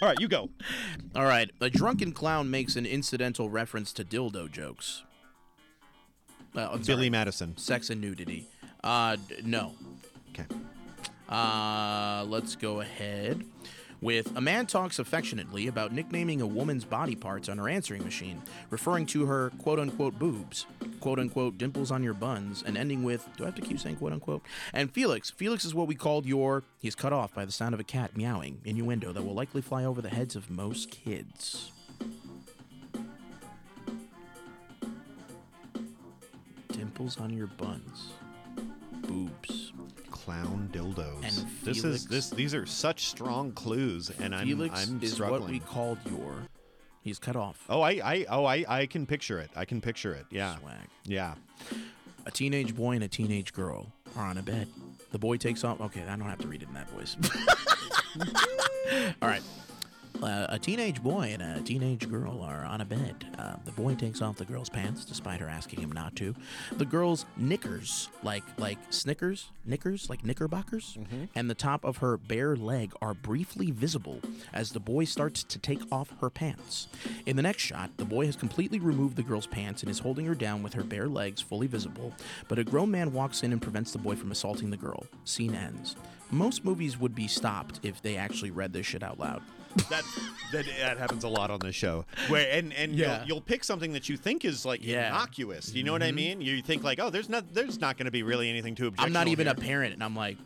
Speaker 2: All right, you go.
Speaker 3: All right. A drunken clown makes an incidental reference to dildo jokes. Uh, I'm sorry.
Speaker 2: Billy Madison.
Speaker 3: sex and nudity. Uh, d- no.
Speaker 2: Okay.
Speaker 3: Uh, let's go ahead with a man talks affectionately about nicknaming a woman's body parts on her answering machine, referring to her quote unquote boobs, quote unquote dimples on your buns, and ending with do I have to keep saying quote unquote? And Felix, Felix is what we called your. He's cut off by the sound of a cat meowing, innuendo that will likely fly over the heads of most kids. Dimples on your buns, boobs.
Speaker 2: Clown dildos.
Speaker 3: And
Speaker 2: this
Speaker 3: Felix-
Speaker 2: is this. These are such strong clues, and I'm
Speaker 3: Felix
Speaker 2: I'm
Speaker 3: is
Speaker 2: struggling.
Speaker 3: what we called your. He's cut off.
Speaker 2: oh, I I oh I I can picture it. I can picture it. Yeah.
Speaker 3: Swag.
Speaker 2: Yeah.
Speaker 3: A teenage boy and a teenage girl are on a bed. The boy takes off. Okay, I don't have to read it in that voice. All right. Uh, a teenage boy and a teenage girl are on a bed. Uh, the boy takes off the girl's pants, despite her asking him not to. The girl's knickers, like like Snickers, knickers, like knickerbockers, and the top of her bare leg are briefly visible as the boy starts to take off her pants. In the next shot, the boy has completely removed the girl's pants and is holding her down with her bare legs fully visible. But a grown man walks in and prevents the boy from assaulting the girl. Scene ends. Most movies would be stopped if they actually read this shit out loud.
Speaker 2: That, that that happens a lot on this show. Where and and
Speaker 3: Yeah.
Speaker 2: you'll, you'll pick something that you think is like
Speaker 3: Yeah. Mm-hmm.
Speaker 2: innocuous. You know what I mean? You think like, oh, there's not there's not going to be really anything too objectionable.
Speaker 3: I'm not even
Speaker 2: here.
Speaker 3: a parent, and I'm like,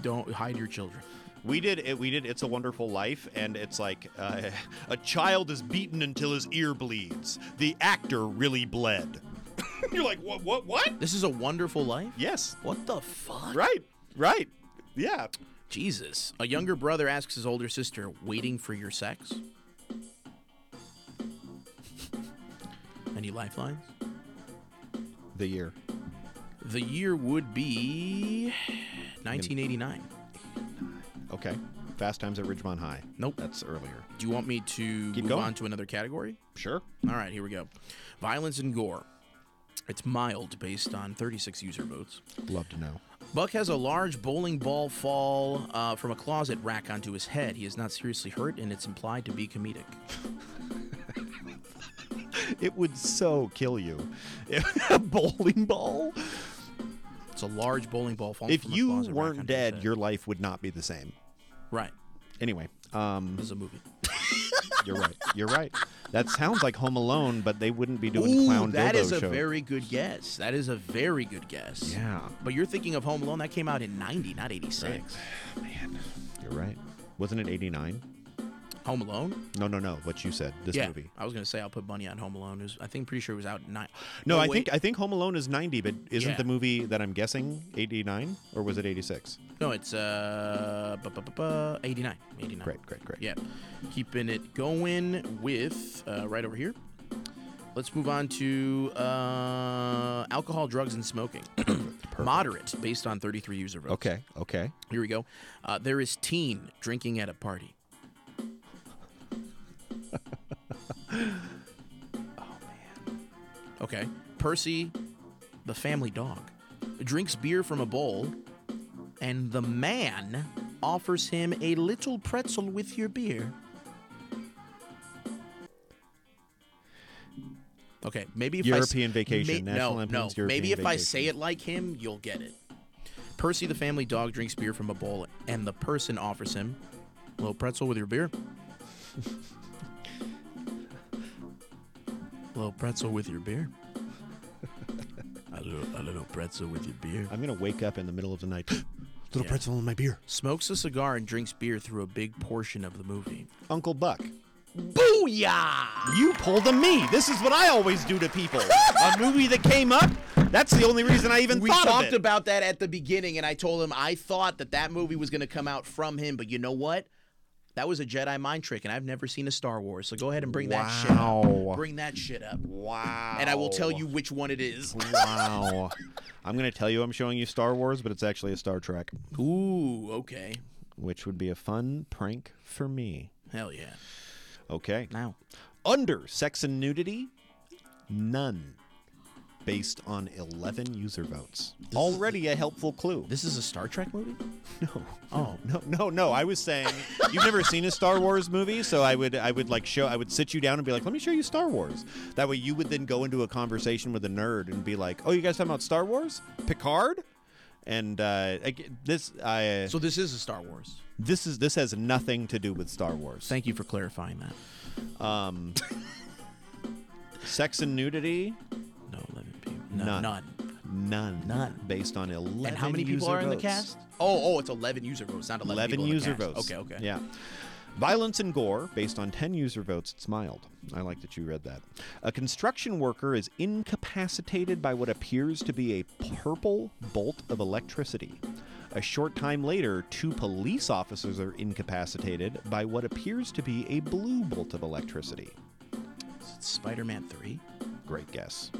Speaker 3: don't hide your children.
Speaker 2: We did it. We did. It's a Wonderful Life, and it's like uh, a child is beaten until his ear bleeds. The actor really bled. You're like, what? What? What?
Speaker 3: This is a wonderful life.
Speaker 2: Yes.
Speaker 3: What the fuck?
Speaker 2: Right. Right. Yeah.
Speaker 3: Jesus. A younger brother asks his older sister, "Waiting for your sex?" Any lifelines?
Speaker 2: The year.
Speaker 3: The year would be 1989.
Speaker 2: Okay. Fast Times at Ridgemont High.
Speaker 3: Nope.
Speaker 2: That's earlier.
Speaker 3: Do you want me to
Speaker 2: Keep
Speaker 3: move
Speaker 2: going.
Speaker 3: on to another category?
Speaker 2: Sure.
Speaker 3: All right, here we go. Violence and gore. It's mild based on 36 user votes.
Speaker 2: Love to know.
Speaker 3: Buck has a large bowling ball fall uh, from a closet rack onto his head. He is not seriously hurt, and it's implied to be comedic.
Speaker 2: It would so kill you. A bowling ball?
Speaker 3: It's a large bowling ball fall.
Speaker 2: If
Speaker 3: from a
Speaker 2: you
Speaker 3: closet rack
Speaker 2: weren't
Speaker 3: onto his
Speaker 2: dead,
Speaker 3: head.
Speaker 2: your life would not be the same.
Speaker 3: right.
Speaker 2: Anyway, um,
Speaker 3: This is a movie.
Speaker 2: you're right. You're right. That sounds like Home Alone, but they wouldn't be doing
Speaker 3: Ooh,
Speaker 2: clown
Speaker 3: that
Speaker 2: dildo
Speaker 3: is a
Speaker 2: show.
Speaker 3: very good guess. That is a very good guess.
Speaker 2: Yeah.
Speaker 3: But you're thinking of Home Alone. That came out in 90, not 86.
Speaker 2: Man, you're right. Wasn't it 89?
Speaker 3: Home Alone?
Speaker 2: No, no, no. What you said. This
Speaker 3: yeah.
Speaker 2: movie.
Speaker 3: I was going to say I'll put money on Home Alone. It was, I think pretty sure it was out in 9.
Speaker 2: No, I
Speaker 3: Oh, wait.
Speaker 2: think I think Home Alone is 90, but isn't
Speaker 3: Yeah.
Speaker 2: the movie that I'm guessing 89 or was it 86?
Speaker 3: No, it's uh, bu- bu- bu- bu- 89. 89.
Speaker 2: Great, great, great.
Speaker 3: Yeah. Keeping it going with uh, right over here. Let's move on to uh, alcohol, drugs, and smoking. Moderate, based on 33 user votes.
Speaker 2: Okay, okay.
Speaker 3: Here we go. Uh, there is teen drinking at a party. oh, man. Okay. Percy, the family dog, drinks beer from a bowl, and the man offers him a little pretzel with your beer. Okay, maybe if I s-
Speaker 2: European vacation,
Speaker 3: may-
Speaker 2: National
Speaker 3: no,
Speaker 2: Lampoon's
Speaker 3: no. Maybe if
Speaker 2: European
Speaker 3: I
Speaker 2: vacation.
Speaker 3: say it like him, you'll get it. Percy the family dog drinks beer from a bowl, and the person offers him a little pretzel with your beer. a little pretzel with your beer. a, little, a little pretzel with your beer.
Speaker 2: I'm going to wake up in the middle of the night.
Speaker 1: Little pretzel in my beer.
Speaker 3: Smokes a cigar and drinks beer through a big portion of the movie.
Speaker 2: Uncle Buck.
Speaker 3: Booyah!
Speaker 2: You pulled a me. This is what I always do to people. a movie that came up. That's the only reason I even
Speaker 3: We
Speaker 2: thought
Speaker 3: talked
Speaker 2: of it.
Speaker 3: about that at the beginning, and I told him I thought that that movie was going to come out from him, but you know what? That was a Jedi mind trick, and I've never seen a Star Wars. So go ahead and bring that shit
Speaker 2: Wow.
Speaker 3: up. Bring that shit up,
Speaker 2: wow.
Speaker 3: and I will tell you which one it is.
Speaker 2: wow. I'm going to tell you I'm showing you Star Wars, but it's actually a Star Trek,
Speaker 3: Ooh, okay,
Speaker 2: which would be a fun prank for me.
Speaker 3: hell yeah.
Speaker 2: Okay.
Speaker 3: Now,
Speaker 2: Under sex and nudity, none. Based on 11 user votes. Already a helpful clue.
Speaker 3: this is a Star Trek movie.
Speaker 2: No.
Speaker 3: Oh,
Speaker 2: No, no, no. I was saying you've never seen a Star Wars movie, so I would, I would like show, I would sit you down and be like, "Let me show you Star Wars." That way, you would then go into a conversation with a nerd and be like, "Oh, you guys talking about Star Wars? Picard?" And uh, I g- this, I,
Speaker 3: so this is a Star Wars.
Speaker 2: this is this has nothing to do with Star Wars.
Speaker 3: Thank you for clarifying that.
Speaker 2: Um, sex and nudity,
Speaker 3: No, eleven people. No,
Speaker 2: None.
Speaker 3: none.
Speaker 2: none,
Speaker 3: None.
Speaker 2: based on eleven.
Speaker 3: And how many people
Speaker 2: user
Speaker 3: are in the
Speaker 2: votes.
Speaker 3: cast? Oh, oh, it's eleven user votes, not eleven.
Speaker 2: 11
Speaker 3: people in the
Speaker 2: user
Speaker 3: cast.
Speaker 2: votes.
Speaker 3: Okay, okay.
Speaker 2: Yeah. Violence and gore, based on 10 user votes, it's mild. I like that you read that. A construction worker is incapacitated by what appears to be a purple bolt of electricity. A short time later, two police officers are incapacitated by what appears to be a blue bolt of electricity.
Speaker 3: Spider-Man three.
Speaker 2: Great guess.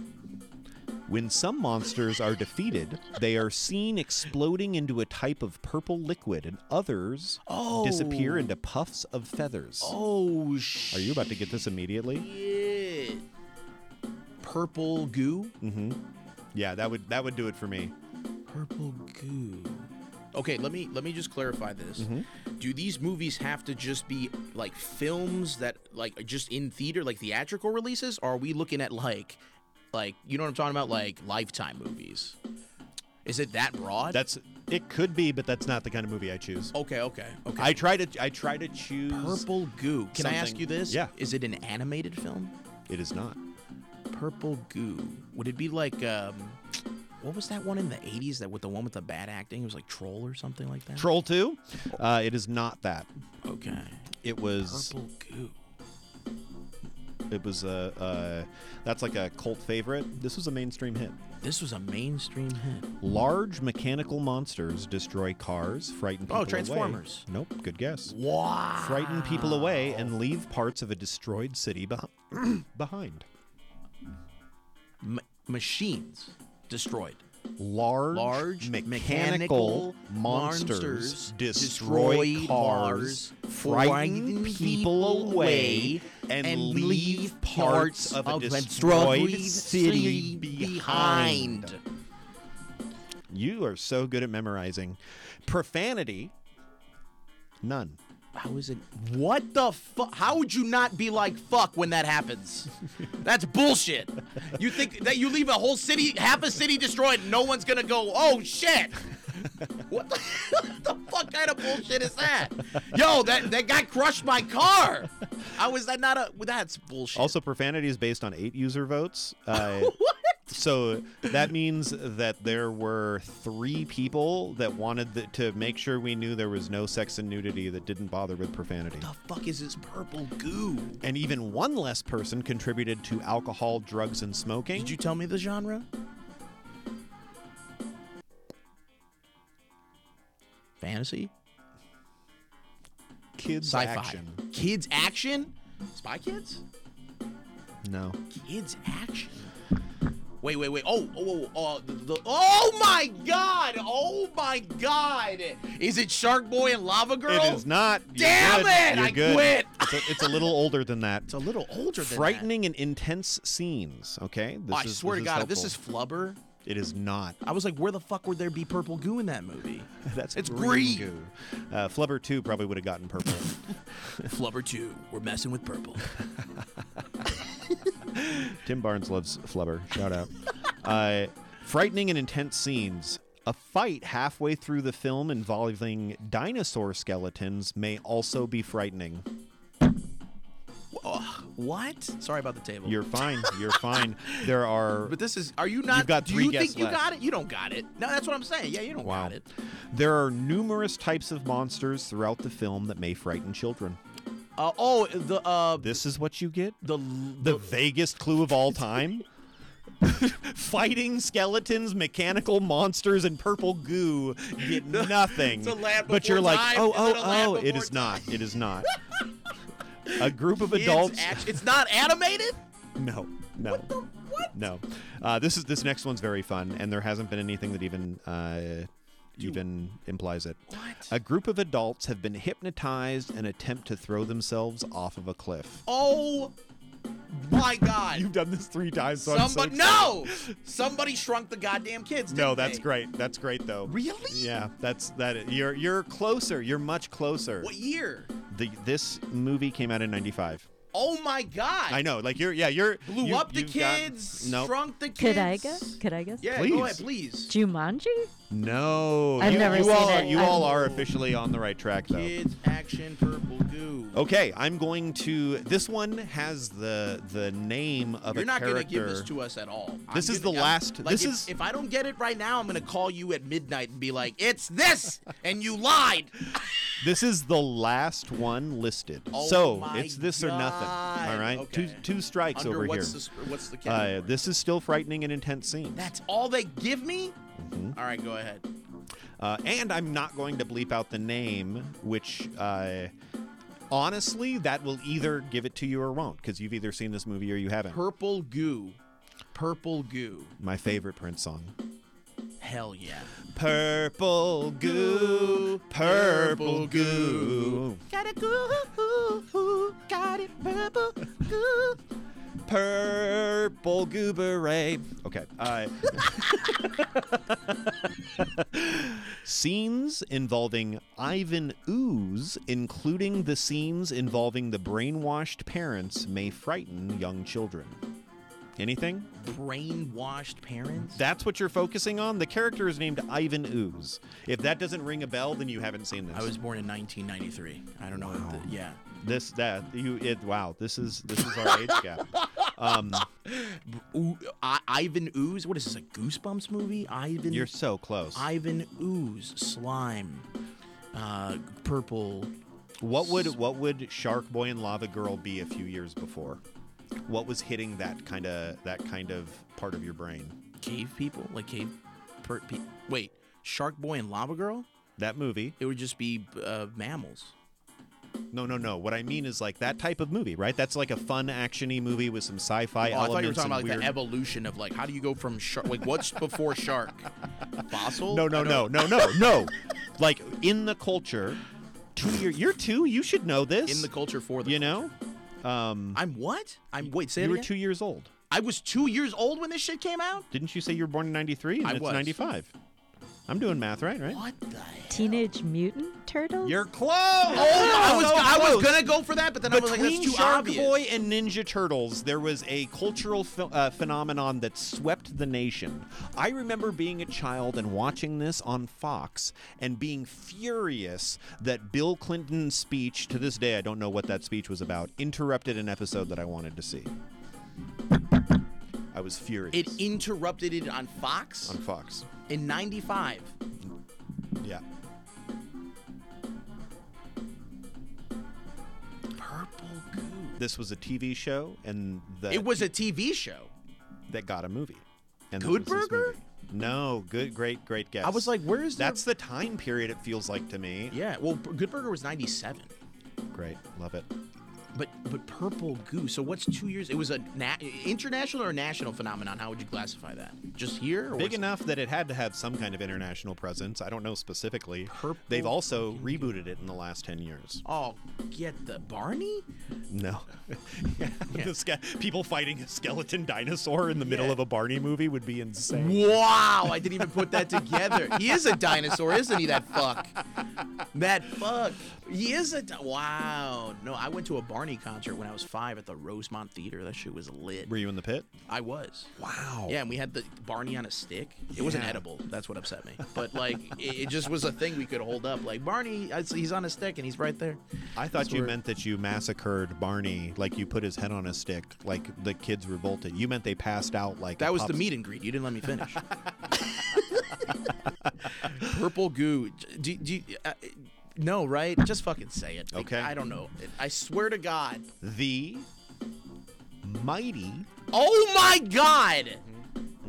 Speaker 2: When some monsters are defeated, they are seen exploding into a type of purple liquid, and others
Speaker 3: Oh.
Speaker 2: disappear into puffs of feathers.
Speaker 3: Oh shit.
Speaker 2: Are you about to get this immediately?
Speaker 3: Purple goo?
Speaker 2: Mm-hmm. Yeah, that would that would do it for me.
Speaker 3: Purple goo. Okay, let me let me just clarify this.
Speaker 2: Mm-hmm.
Speaker 3: Do these movies have to just be like films that like are just in theater, like theatrical releases? Or are we looking at like like you know what I'm talking about? Like lifetime movies. Is it that broad?
Speaker 2: That's it could be, but that's not the kind of movie I choose.
Speaker 3: okay, okay, okay.
Speaker 2: I try to I try to choose.
Speaker 3: Purple goo. Can I ask
Speaker 2: something-
Speaker 3: you this?
Speaker 2: Yeah.
Speaker 3: Is it an animated film?
Speaker 2: It is not.
Speaker 3: purple goo. Would it be like um what was that one in the 80s that with the one with the bad acting? It was like Troll or something like that.
Speaker 2: Troll Two. Uh, it is not that.
Speaker 3: okay.
Speaker 2: It was
Speaker 3: Purple goo.
Speaker 2: it was a uh, that's like a cult favorite. This was a mainstream hit.
Speaker 3: This was a mainstream hit.
Speaker 2: Large mechanical monsters destroy cars, frighten people
Speaker 3: Oh, Transformers.
Speaker 2: away. Nope, good guess.
Speaker 3: Wow.
Speaker 2: Frighten people away and leave parts of a destroyed city beh- behind.
Speaker 3: M- machines destroyed.
Speaker 2: large,
Speaker 3: Large
Speaker 2: mechanical,
Speaker 3: mechanical
Speaker 2: monsters,
Speaker 3: monsters
Speaker 2: destroy
Speaker 3: destroy
Speaker 2: cars,
Speaker 3: cars,
Speaker 2: frighten people
Speaker 3: frighten
Speaker 2: away,
Speaker 3: people away,
Speaker 2: and,
Speaker 3: and
Speaker 2: leave
Speaker 3: leave
Speaker 2: parts
Speaker 3: parts
Speaker 2: of a
Speaker 3: of a
Speaker 2: destroyed
Speaker 3: destroyed
Speaker 2: city
Speaker 3: city
Speaker 2: behind.
Speaker 3: behind.
Speaker 2: You are so good at memorizing. Profanity, none.
Speaker 3: How is it? What the fuck? How would you not be like fuck when that happens? That's bullshit. You think that you leave a whole city, half a city destroyed, and no one's gonna go, oh shit. What the, what the fuck kind of bullshit is that? Yo, that, that guy crushed my car. How is that not a? well, That's bullshit.
Speaker 2: Also, profanity is based on eight user votes. Uh,
Speaker 3: what?
Speaker 2: So that means that there were three people that wanted the, to make sure we knew there was no sex and nudity that didn't bother with profanity.
Speaker 3: The fuck is this purple goo?
Speaker 2: And even one less person contributed to alcohol, drugs, and smoking.
Speaker 3: Did you tell me the genre? Fantasy.
Speaker 2: kids
Speaker 3: Sci-fi.
Speaker 2: action?
Speaker 3: Kids action? Spy Kids?
Speaker 2: No.
Speaker 3: Kids action. Wait, wait, wait. Oh, oh, oh, oh, the, the, oh my god! Oh my god! Is it Shark Boy and Lava Girl?
Speaker 2: It is not. You're
Speaker 3: Damn
Speaker 2: good.
Speaker 3: it!
Speaker 2: You're
Speaker 3: I
Speaker 2: good.
Speaker 3: quit.
Speaker 2: It's a, it's a little older than that.
Speaker 3: It's a little older than
Speaker 2: Frightening and intense scenes. Okay.
Speaker 3: That.
Speaker 2: This
Speaker 3: Oh, I swear to
Speaker 2: this
Speaker 3: god, if this is
Speaker 2: helpful.
Speaker 3: flubber,
Speaker 2: It is not.
Speaker 3: I was like, where the fuck would there be purple goo in that movie?
Speaker 2: That's
Speaker 3: It's
Speaker 2: green
Speaker 3: green.
Speaker 2: goo. Uh, Flubber two probably would have gotten purple.
Speaker 3: flubber 2, we're messing with purple.
Speaker 2: Tim Barnes loves Flubber. Shout out. uh, frightening and intense scenes. A fight halfway through the film involving dinosaur skeletons may also be frightening.
Speaker 3: Oh, what? Sorry about the table.
Speaker 2: You're fine. You're fine. There are
Speaker 3: but this is. Are you not?
Speaker 2: got
Speaker 3: do
Speaker 2: three
Speaker 3: you
Speaker 2: guests
Speaker 3: think you
Speaker 2: left.
Speaker 3: got it? You don't got it. No, that's what I'm saying. Yeah, you don't
Speaker 2: wow.
Speaker 3: got it.
Speaker 2: There are numerous types of monsters throughout the film that may frighten children.
Speaker 3: Uh, oh, the uh,
Speaker 2: This is what you get.
Speaker 3: the
Speaker 2: The vaguest clue of all time. Fighting skeletons, mechanical monsters, and purple goo get nothing.
Speaker 3: a land
Speaker 2: but you're
Speaker 3: before
Speaker 2: like,
Speaker 3: time.
Speaker 2: oh,
Speaker 3: Is
Speaker 2: oh,
Speaker 3: it a land
Speaker 2: oh, it
Speaker 3: before
Speaker 2: is not. It is not. A group of adults.
Speaker 3: It's, act- it's not animated.
Speaker 2: No, no. No. Uh, this is this next one's very fun, and there hasn't been anything that even uh, even implies it.
Speaker 3: What?
Speaker 2: A group of adults have been hypnotized and attempt to throw themselves off of a cliff.
Speaker 3: Oh my God!
Speaker 2: You've done this three times. So I'm so
Speaker 3: Somebody,
Speaker 2: excited.
Speaker 3: no! Somebody shrunk the goddamn kids.
Speaker 2: No,
Speaker 3: didn't
Speaker 2: that's
Speaker 3: they?
Speaker 2: great. That's great though.
Speaker 3: Really?
Speaker 2: Yeah, that's that. You're you're closer. You're much closer.
Speaker 3: What year?
Speaker 2: The, this movie came out in '95.
Speaker 3: Oh my God!
Speaker 2: I know. Like you're. Yeah, you're.
Speaker 3: Blew
Speaker 2: you-
Speaker 3: up the
Speaker 2: you've got-
Speaker 3: kids.
Speaker 2: no.
Speaker 3: Shrunk the kids.
Speaker 4: Could I guess? Could I guess?
Speaker 3: Yeah,
Speaker 2: Please.
Speaker 3: go ahead, please.
Speaker 4: Jumanji?
Speaker 2: No.
Speaker 4: I've
Speaker 2: you,
Speaker 4: never
Speaker 2: you
Speaker 4: seen
Speaker 2: all,
Speaker 4: it.
Speaker 2: You
Speaker 4: I've-
Speaker 2: all
Speaker 3: Oh.
Speaker 2: are officially on the right track though.
Speaker 3: Kids action purple goo.
Speaker 2: Okay, I'm going to. This one has the the name of
Speaker 3: You're
Speaker 2: a
Speaker 3: not
Speaker 2: character.
Speaker 3: gonna give this to us at all. I'm
Speaker 2: This is
Speaker 3: gonna-
Speaker 2: the
Speaker 3: I'm-
Speaker 2: last-
Speaker 3: Like
Speaker 2: this
Speaker 3: if,
Speaker 2: is-
Speaker 3: If I don't get it right now, I'm gonna call you at midnight and be like, "It's this," and you lied.
Speaker 2: This is the last one listed.
Speaker 3: Oh
Speaker 2: so
Speaker 3: my
Speaker 2: it's this or nothing. All
Speaker 3: God.
Speaker 2: right,
Speaker 3: Okay.
Speaker 2: two two strikes
Speaker 3: Under
Speaker 2: over
Speaker 3: what's
Speaker 2: here.
Speaker 3: the sp- what's the category?
Speaker 2: Uh, this is still frightening and intense scene.
Speaker 3: That's all they give me? All right, go ahead.
Speaker 2: Uh, and I'm not going to bleep out the name, which uh, honestly, that will either give it to you or won't, because you've either seen this movie or you haven't.
Speaker 3: Purple goo. Purple goo.
Speaker 2: My favorite Prince song.
Speaker 3: Hell yeah.
Speaker 2: Purple goo, purple goo,
Speaker 3: Got a goo. Got it purple goo.
Speaker 2: purple goo beret. Okay. Uh, scenes involving Ivan Ooze, including the scenes involving the brainwashed parents, may frighten young children. Anything?
Speaker 3: Brainwashed parents?
Speaker 2: That's what you're focusing on? The character is named Ivan Ooze. If that doesn't ring a bell, then you haven't seen this.
Speaker 3: I was born in 1993. I don't know. What the, yeah.
Speaker 2: This that you it wow this is this is our age gap. Um,
Speaker 3: Ooh, I- Ivan Ooze? What is this, a Goosebumps movie? Ivan
Speaker 2: you're so close.
Speaker 3: Ivan Ooze. Slime. Uh, purple.
Speaker 2: What would what would Shark Boy and Lava Girl be a few years before? What was hitting that kind of that kind of part of your brain?
Speaker 3: Cave people? Like cave. Per- pe- Wait. Shark Boy and Lava Girl?
Speaker 2: That movie.
Speaker 3: It would just be uh, mammals.
Speaker 2: No, no, no. What I mean is like that type of movie, right? That's like a fun actiony movie with some sci-fi
Speaker 3: Oh, I
Speaker 2: elements.
Speaker 3: thought you were talking
Speaker 2: and
Speaker 3: about like
Speaker 2: weird...
Speaker 3: the evolution of like how do you go from shark? Like what's before shark? Fossil?
Speaker 2: No,
Speaker 3: I
Speaker 2: no, no,
Speaker 3: don't-
Speaker 2: no, no, no. Like in the culture, two. You're, you're two. You should know this.
Speaker 3: In the culture for the
Speaker 2: you know, Um,
Speaker 3: I'm what? I'm wait. Say
Speaker 2: you
Speaker 3: it
Speaker 2: were
Speaker 3: again?
Speaker 2: two years old.
Speaker 3: I was two years old when this shit came out.
Speaker 2: Didn't you say you were born in '93 and
Speaker 3: I
Speaker 2: it's
Speaker 3: was.
Speaker 2: '95? I'm doing math right, right?
Speaker 3: What the? Hell? Oh,
Speaker 5: Teenage Mutant Turtles?
Speaker 2: You're close.
Speaker 3: I was I was gonna go for that, but then I was like,
Speaker 2: Between
Speaker 3: that's too
Speaker 2: Shark
Speaker 3: obvious.
Speaker 2: Boy and Ninja Turtles, there was a cultural ph- uh, phenomenon that swept the nation. I remember being a child and watching this on Fox and being furious that Bill Clinton's speech, to this day, I don't know what that speech was about, interrupted an episode that I wanted to see. I was furious.
Speaker 3: It interrupted it on Fox
Speaker 2: on Fox.
Speaker 3: in '95.
Speaker 2: Yeah.
Speaker 3: Purple goo.
Speaker 2: This was a TV show, and the,
Speaker 3: It was a TV show.
Speaker 2: that got a movie. And that
Speaker 3: Good
Speaker 2: was this
Speaker 3: Burger?
Speaker 2: movie. No, good, great, great guess.
Speaker 6: I was like, where is that?
Speaker 2: That's the time period it feels like to me.
Speaker 3: Yeah. Well, P- Good Burger was '97.
Speaker 2: Great. Love it.
Speaker 3: But but Purple Goo. So what's two years? It was a na- international or national phenomenon. How would you classify that? Just here? Or
Speaker 2: Big
Speaker 3: was-
Speaker 2: enough that it had to have some kind of international presence. I don't know specifically.
Speaker 3: Purple
Speaker 2: They've also rebooted it in the last 10 years.
Speaker 3: Oh, get the Barney.
Speaker 2: No. The ske- people fighting a skeleton dinosaur in the middle
Speaker 3: Yeah.
Speaker 2: of a Barney movie would be insane.
Speaker 3: Wow, I didn't even put that together. he is a dinosaur, isn't he? That fuck. That fuck. He is a. Di- wow. No, I went to a Barney concert when I was five at the Rosemont Theater. That shit was lit.
Speaker 2: Were you in the pit?
Speaker 3: I was.
Speaker 2: Wow.
Speaker 3: Yeah, and we had the Barney on a stick. It wasn't edible. That's what upset me. But like, it, it just was a thing we could hold up. Like Barney, I see he's on a stick and he's right there.
Speaker 2: I thought
Speaker 3: That's
Speaker 2: you
Speaker 3: where-
Speaker 2: meant that you massacred Barney, like you put his head on a stick, like the kids revolted. You meant they passed out like
Speaker 3: That
Speaker 2: a
Speaker 3: was the
Speaker 2: popsicle.
Speaker 3: meet and greet. You didn't let me finish. Purple goo. Do, do you- uh, no, right? Just fucking say it. Like,
Speaker 2: Okay.
Speaker 3: I don't know. I swear to God.
Speaker 2: the mighty
Speaker 3: Oh my God.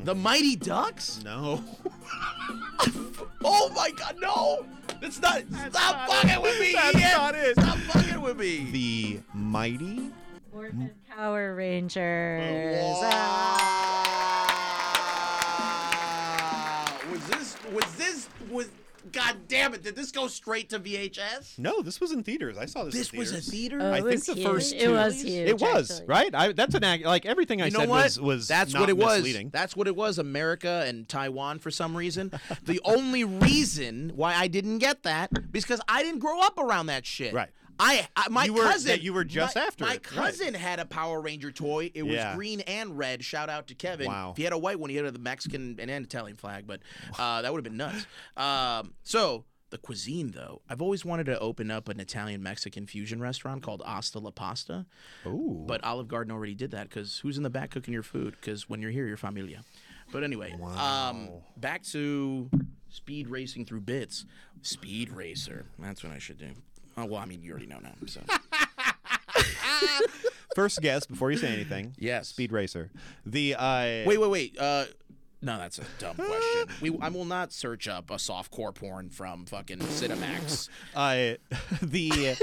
Speaker 3: The Mighty Ducks?
Speaker 2: Mm-hmm. no
Speaker 3: Oh my God, no! It's not. stop
Speaker 2: not
Speaker 3: fucking
Speaker 2: it.
Speaker 3: with me,
Speaker 2: That's
Speaker 3: Ian.
Speaker 2: not it.
Speaker 3: Stop fucking with me.
Speaker 2: the mighty
Speaker 5: Morphin Power Rangers.
Speaker 3: Ah. Wow. Was this? Was this? Was? God damn it! Did this go straight to VHS?
Speaker 2: no this was in theaters i saw this
Speaker 3: This
Speaker 2: in
Speaker 3: was
Speaker 2: theaters.
Speaker 3: a theater.
Speaker 5: Oh,
Speaker 2: I
Speaker 5: it
Speaker 2: think
Speaker 5: was
Speaker 2: the
Speaker 5: huge.
Speaker 2: first
Speaker 5: It
Speaker 2: two-
Speaker 5: was huge.
Speaker 2: it was
Speaker 5: actually.
Speaker 2: right i that's an act like everything i
Speaker 3: you know
Speaker 2: said
Speaker 3: what?
Speaker 2: was was
Speaker 3: That's
Speaker 2: not
Speaker 3: what it
Speaker 2: misleading.
Speaker 3: was. That's what it was. America and Taiwan for some reason. the only reason why I didn't get that is because I didn't grow up around that shit.
Speaker 2: Right.
Speaker 3: I, I my
Speaker 2: You were-
Speaker 3: cousin
Speaker 2: that you were just
Speaker 3: my,
Speaker 2: after it.
Speaker 3: my
Speaker 2: Right.
Speaker 3: cousin had a Power Ranger toy. It was
Speaker 2: Yeah.
Speaker 3: green and red. Shout out to Kevin.
Speaker 2: Wow.
Speaker 3: If he had a white one, he had the Mexican and an Italian flag, but uh, that would have been nuts. Um, so the cuisine though, I've always wanted to open up an Italian Mexican fusion restaurant called Asta La Pasta.
Speaker 2: Ooh.
Speaker 3: But Olive Garden already did that because who's in the back cooking your food? Because when you're here, you're familia. But anyway, um, back to speed racing through bits. Speed racer. That's what I should do. Oh well, I mean you already know now. So
Speaker 2: first guess before you say anything
Speaker 3: yes,
Speaker 2: speed racer the uh
Speaker 3: Wait, wait, wait. Uh, no, that's a dumb question. We I will not search up a softcore porn from fucking Cinemax.
Speaker 2: uh the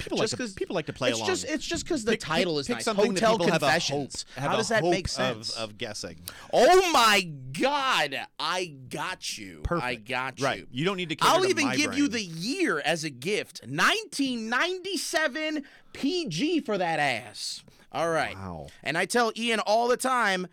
Speaker 2: people
Speaker 3: Just
Speaker 2: like to,
Speaker 3: 'cause-
Speaker 2: people like to play
Speaker 3: it's
Speaker 2: along
Speaker 3: just it's just because the
Speaker 2: Pick- pick-
Speaker 3: title is
Speaker 2: pick
Speaker 3: nice.
Speaker 2: something that
Speaker 3: Hotel
Speaker 2: people have a hope-
Speaker 3: Confessions.
Speaker 2: have
Speaker 3: How
Speaker 2: a
Speaker 3: does that
Speaker 2: hope
Speaker 3: make sense?
Speaker 2: of, of guessing
Speaker 3: Oh my God! I got you. I
Speaker 2: Perfect.
Speaker 3: got you.
Speaker 2: right you don't need to cater
Speaker 3: I'll
Speaker 2: to
Speaker 3: even
Speaker 2: my
Speaker 3: give you the
Speaker 2: brain.
Speaker 3: year as a gift. 1997 PG for that ass. All right.
Speaker 2: Wow.
Speaker 3: And I tell Ian all the time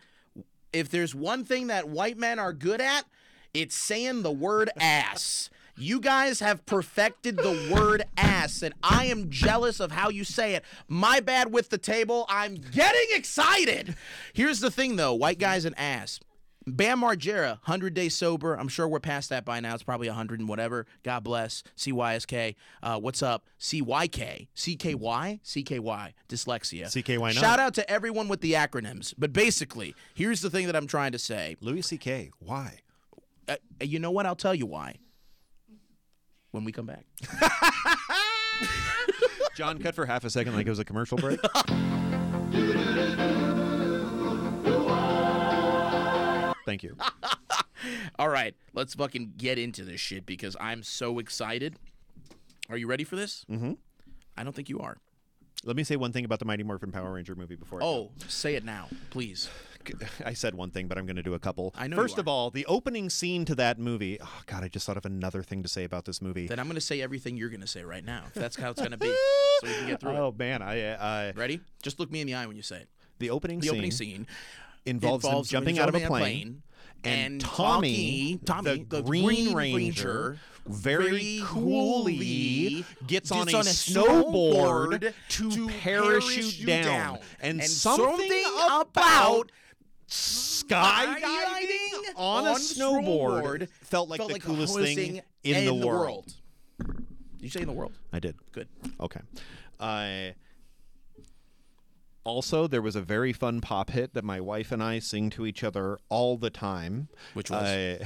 Speaker 3: if there's one thing that white men are good at, it's saying the word ass. You guys have perfected the word ass, and I am jealous of how you say it. My bad with the table. I'm getting excited. Here's the thing, though white guys and ass. Bam Margera, 100 days sober. I'm sure we're past that by now. It's probably 100 and whatever. God bless. CYSK. Uh, what's up? CYK. CKY? CKY. Dyslexia.
Speaker 2: CKY not.
Speaker 3: Shout out to everyone with the acronyms. But basically, here's the thing that I'm trying to say.
Speaker 2: louis ck why
Speaker 3: Uh, you know what? I'll tell you why. When we come back.
Speaker 2: John cut for half a second like it was a commercial break. Thank you.
Speaker 3: All right, let's fucking get into this shit because I'm so excited. Are you ready for this? Mm-hmm. I don't think you are.
Speaker 2: Let me say one thing about the Mighty Morphin Power Ranger movie before. I go.
Speaker 4: Oh, say it now, please.
Speaker 2: I said one thing, but I'm going to do a couple.
Speaker 3: I know you
Speaker 2: First of
Speaker 3: are.
Speaker 2: all, the opening scene to that movie. Oh God, I just thought of another thing to say about this movie.
Speaker 3: Then I'm going to say everything you're going to say right now. If that's how it's going to be, so we can get through
Speaker 2: oh man, I uh,
Speaker 3: it. Ready? Just look me in the eye when you say it.
Speaker 2: the opening
Speaker 3: The
Speaker 2: scene
Speaker 3: opening scene
Speaker 2: involves, them
Speaker 3: involves them
Speaker 2: jumping out of a
Speaker 3: jumping
Speaker 2: plane.
Speaker 3: and,
Speaker 2: and Tommy,
Speaker 3: Tommy, Tommy,
Speaker 2: the, Green, Ranger, very,
Speaker 3: very
Speaker 2: coolly
Speaker 3: coolly
Speaker 2: gets,
Speaker 3: gets
Speaker 2: on, a,
Speaker 3: on a
Speaker 2: snowboard,
Speaker 4: snowboard
Speaker 2: to,
Speaker 4: to
Speaker 2: parachute
Speaker 4: parachute
Speaker 2: down,
Speaker 4: down.
Speaker 2: And,
Speaker 4: And
Speaker 2: something,
Speaker 4: something
Speaker 2: about
Speaker 4: about
Speaker 2: skydiving
Speaker 4: skydiving
Speaker 2: on a
Speaker 4: on
Speaker 2: snowboard,
Speaker 4: snowboard
Speaker 2: felt like
Speaker 4: felt
Speaker 2: the
Speaker 4: like the
Speaker 2: coolest
Speaker 4: coolest
Speaker 2: thing
Speaker 4: thing
Speaker 2: in, the,
Speaker 4: in the
Speaker 2: world.
Speaker 4: world.
Speaker 3: Did you say in the world?
Speaker 2: I did.
Speaker 3: Good.
Speaker 2: Okay. Uh, also, there was a very fun pop hit that my wife and I sing to each other all the time.
Speaker 3: Which was?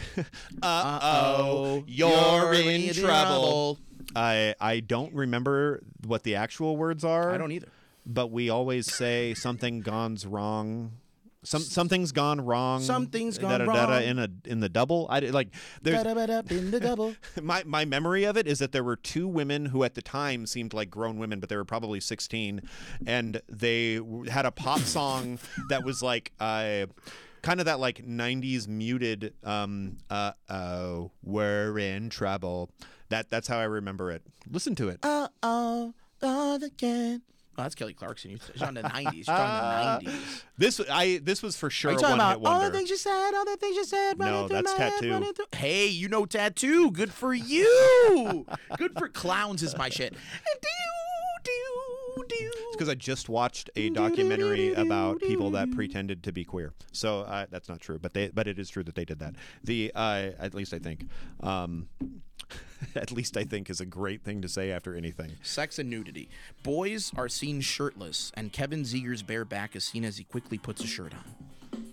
Speaker 2: Uh oh, you're in trouble. I I don't remember what the actual words are.
Speaker 3: I don't e- either.
Speaker 2: But we always say something gone's wrong. Some something's gone wrong.
Speaker 3: Something's gone
Speaker 2: da, da, da, da,
Speaker 3: wrong.
Speaker 2: in a in the double. I did- like there's
Speaker 3: in the double.
Speaker 2: my my memory of it is that there were two women who at the time seemed like grown women, but they were probably 16, and they w- had a pop song that was like uh, kind of that like 90s muted um, uh oh we're in trouble. That that's how I remember it. Listen to it.
Speaker 3: Uh oh, love again. Oh, that's Kelly Clarkson. You're talking the '90s. You're talking the '90s.
Speaker 2: This I this was for sure
Speaker 3: Are
Speaker 2: a
Speaker 3: you
Speaker 2: one
Speaker 3: talking
Speaker 2: hit
Speaker 3: about all the
Speaker 2: wonder.
Speaker 3: things you said? All the things you said. running
Speaker 2: No,
Speaker 3: through
Speaker 2: that's
Speaker 3: my head,
Speaker 2: Tattoo.
Speaker 3: running through- Hey, you know tattoo. Good for you. Good for clowns is my shit. Do, do, do.
Speaker 2: Because I just watched a documentary about people that pretended to be queer, so uh, that's not true. But they, but it is true that they did that. The uh, at least I think, um, at least I think is a great thing to say after anything.
Speaker 3: Sex and nudity. Boys are seen shirtless, and Kevin Zeger's bare back is seen as he quickly puts a shirt on.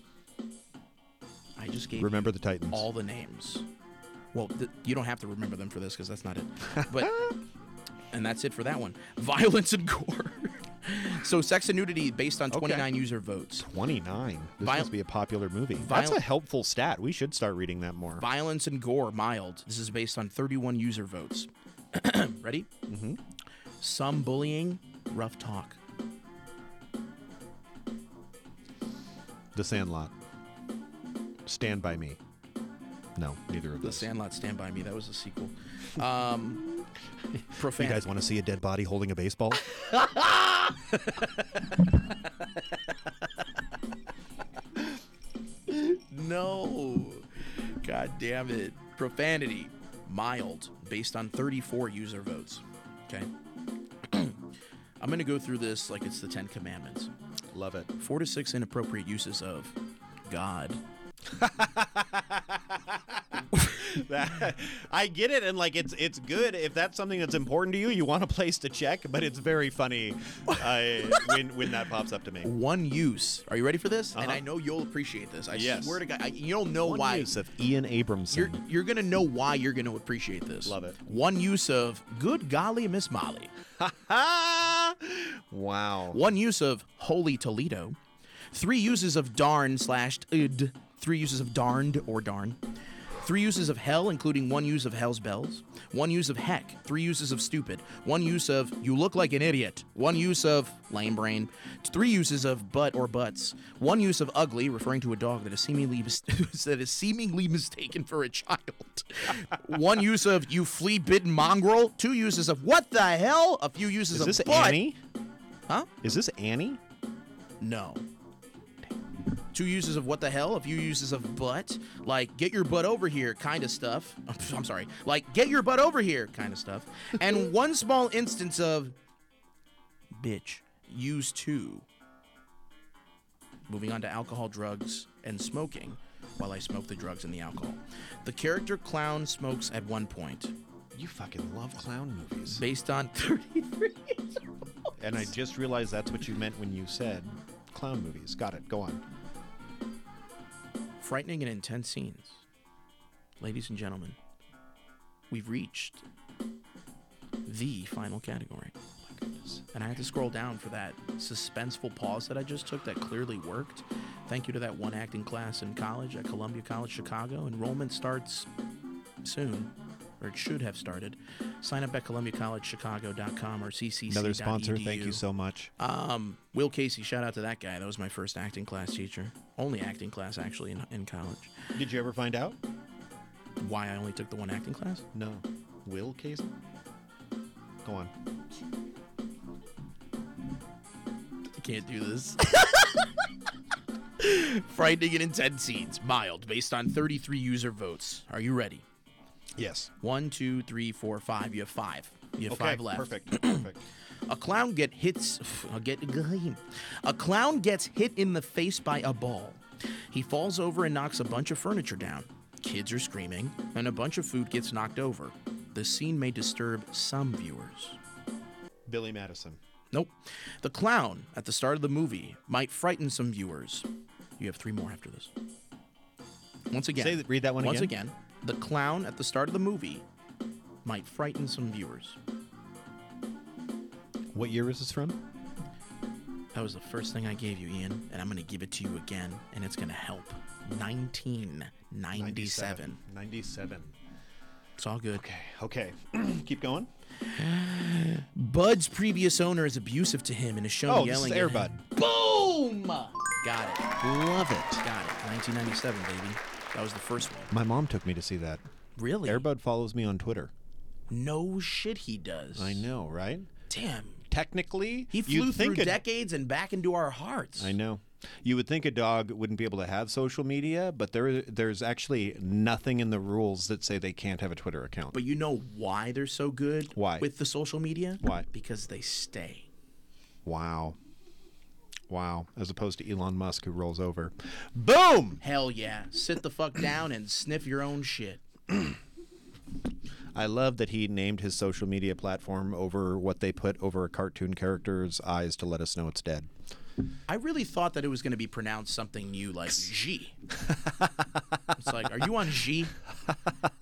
Speaker 3: I just gave
Speaker 2: Remember the Titans.
Speaker 3: all the names. Well, th- you don't have to remember them for this because that's not it. But and that's it for that one. Violence and gore. so sex and nudity based on 29 user votes.
Speaker 2: Twenty nine. This
Speaker 3: Viol-
Speaker 2: must be a popular movie. That's
Speaker 3: Viol-
Speaker 2: a helpful stat. We should start reading that more.
Speaker 3: Violence and gore mild. This is based on 31 user votes. Ready? Mm-hmm. Some bullying, rough talk.
Speaker 2: the Sandlot. Stand by me. No, neither of
Speaker 3: The
Speaker 2: those.
Speaker 3: Sandlot, Stand by Me. That was a sequel. Um,
Speaker 2: You
Speaker 3: profanity.
Speaker 2: guys want to see a dead body holding a baseball?
Speaker 3: No. God damn it. Profanity. Mild, based on 34 user votes. Okay. I'm going to go through this like it's the Ten Commandments.
Speaker 2: Love it.
Speaker 3: Four to six inappropriate uses of God.
Speaker 2: That- I get it, and like it's it's good if that's something that's important to you. You want a place to check, but it's very funny uh, when when that pops up to me.
Speaker 3: One use. Are you ready for this? And
Speaker 2: Uh-huh.
Speaker 3: I know you'll appreciate this. I
Speaker 2: Yes.
Speaker 3: swear to God, I, you'll know
Speaker 2: One
Speaker 3: why.
Speaker 2: use of Ian Abramson.
Speaker 3: You're, you're going to know why you're going to appreciate this.
Speaker 2: Love it.
Speaker 3: One use of good golly, Miss Molly.
Speaker 2: Ah! wow.
Speaker 3: one use of holy Toledo, three uses of darn slash id, three uses of darned or darn, three uses of hell, including one use of hell's bells, one use of heck, three uses of stupid, one use of you look like an idiot, one use of lame brain, three uses of butt or butts, one use of ugly, referring to a dog that is seemingly mis- that is seemingly mistaken for a child, one use of you flea bitten mongrel, two uses of what the hell, a few uses
Speaker 2: Is
Speaker 3: of
Speaker 2: this
Speaker 3: butt.
Speaker 2: Annie?
Speaker 3: Huh?
Speaker 2: Is this Annie?
Speaker 3: No. Two uses of what the hell, a few uses of butt, like get your butt over here kind of stuff. I'm sorry, like get your butt over here kind of stuff. And one small instance of bitch use two. Moving on to alcohol, drugs, and smoking while I smoke the drugs and the alcohol. The character clown smokes at one point
Speaker 2: You fucking love clown movies.
Speaker 3: based on 33.
Speaker 2: And I just realized that's what you meant when you said clown movies. Got it. Go on.
Speaker 3: frightening and intense scenes. Ladies and gentlemen, we've reached the final category. And I had to scroll down for that suspenseful pause that I just took that clearly worked. Thank you to that one acting class in college at Columbia College Chicago. Enrollment starts soon. or it should have started. Sign up at columbiacollegechicago.com or ccc.edu.
Speaker 2: Another sponsor. Thank
Speaker 3: E
Speaker 2: you so much.
Speaker 3: Um, Will Casey, shout out to that guy. That was my first acting class teacher. Only acting class, actually, in, in college.
Speaker 2: Did you ever find out?
Speaker 3: Why I only took the one acting class?
Speaker 2: No. Will Casey? Go on.
Speaker 3: I can't do this. Frightening and intense scenes, mild, based on 33 user votes. Are you ready?
Speaker 2: Yes.
Speaker 3: One, two, three, four, five. You have five. You have
Speaker 2: Okay.
Speaker 3: five left.
Speaker 2: Perfect. Perfect.
Speaker 3: A clown get hits. I'll get a clown gets hit in the face by a ball. He falls over and knocks a bunch of furniture down. Kids are screaming, and a bunch of food gets knocked over. The scene may disturb some viewers.
Speaker 2: Billy Madison.
Speaker 3: Nope. The clown at the start of the movie might frighten some viewers. You have three more after this. Once again,
Speaker 2: Say that- read that one
Speaker 3: once
Speaker 2: again.
Speaker 3: again. the clown at the start of the movie might frighten some viewers.
Speaker 2: What year is this from?
Speaker 3: That was the first thing I gave you, Ian, and I'm going to give it to you again, and it's going to help. 1997.
Speaker 2: 97.
Speaker 3: It's all good.
Speaker 2: Okay. Okay. Keep going.
Speaker 3: Bud's previous owner is abusive to him and is shown
Speaker 2: Oh, this
Speaker 3: yelling
Speaker 2: is
Speaker 3: at him.
Speaker 2: Airbud.
Speaker 3: Boom! Got it. Love it. Got it. 1997, baby. That was the first one.
Speaker 2: My mom took me to see that.
Speaker 3: Really?
Speaker 2: Airbud follows me on Twitter.
Speaker 3: No shit, he does.
Speaker 2: I know, right?
Speaker 3: Damn.
Speaker 2: Technically,
Speaker 3: He flew
Speaker 2: you'd
Speaker 3: through
Speaker 2: think a-
Speaker 3: decades and back into our hearts.
Speaker 2: I know. You would think a dog wouldn't be able to have social media, but there there's actually nothing in the rules that say they can't have a Twitter account.
Speaker 3: But you know why they're so good
Speaker 2: Why?
Speaker 3: with the social media?
Speaker 2: Why?
Speaker 3: Because they stay.
Speaker 2: wow. Wow. As opposed to Elon Musk who rolls over. Boom!
Speaker 3: Hell yeah. Sit the fuck down and sniff your own shit.
Speaker 2: I love that he named his social media platform over what they put over a cartoon character's eyes to let us know it's dead.
Speaker 3: I really thought that it was going to be pronounced something new like G. it's like, are you on G?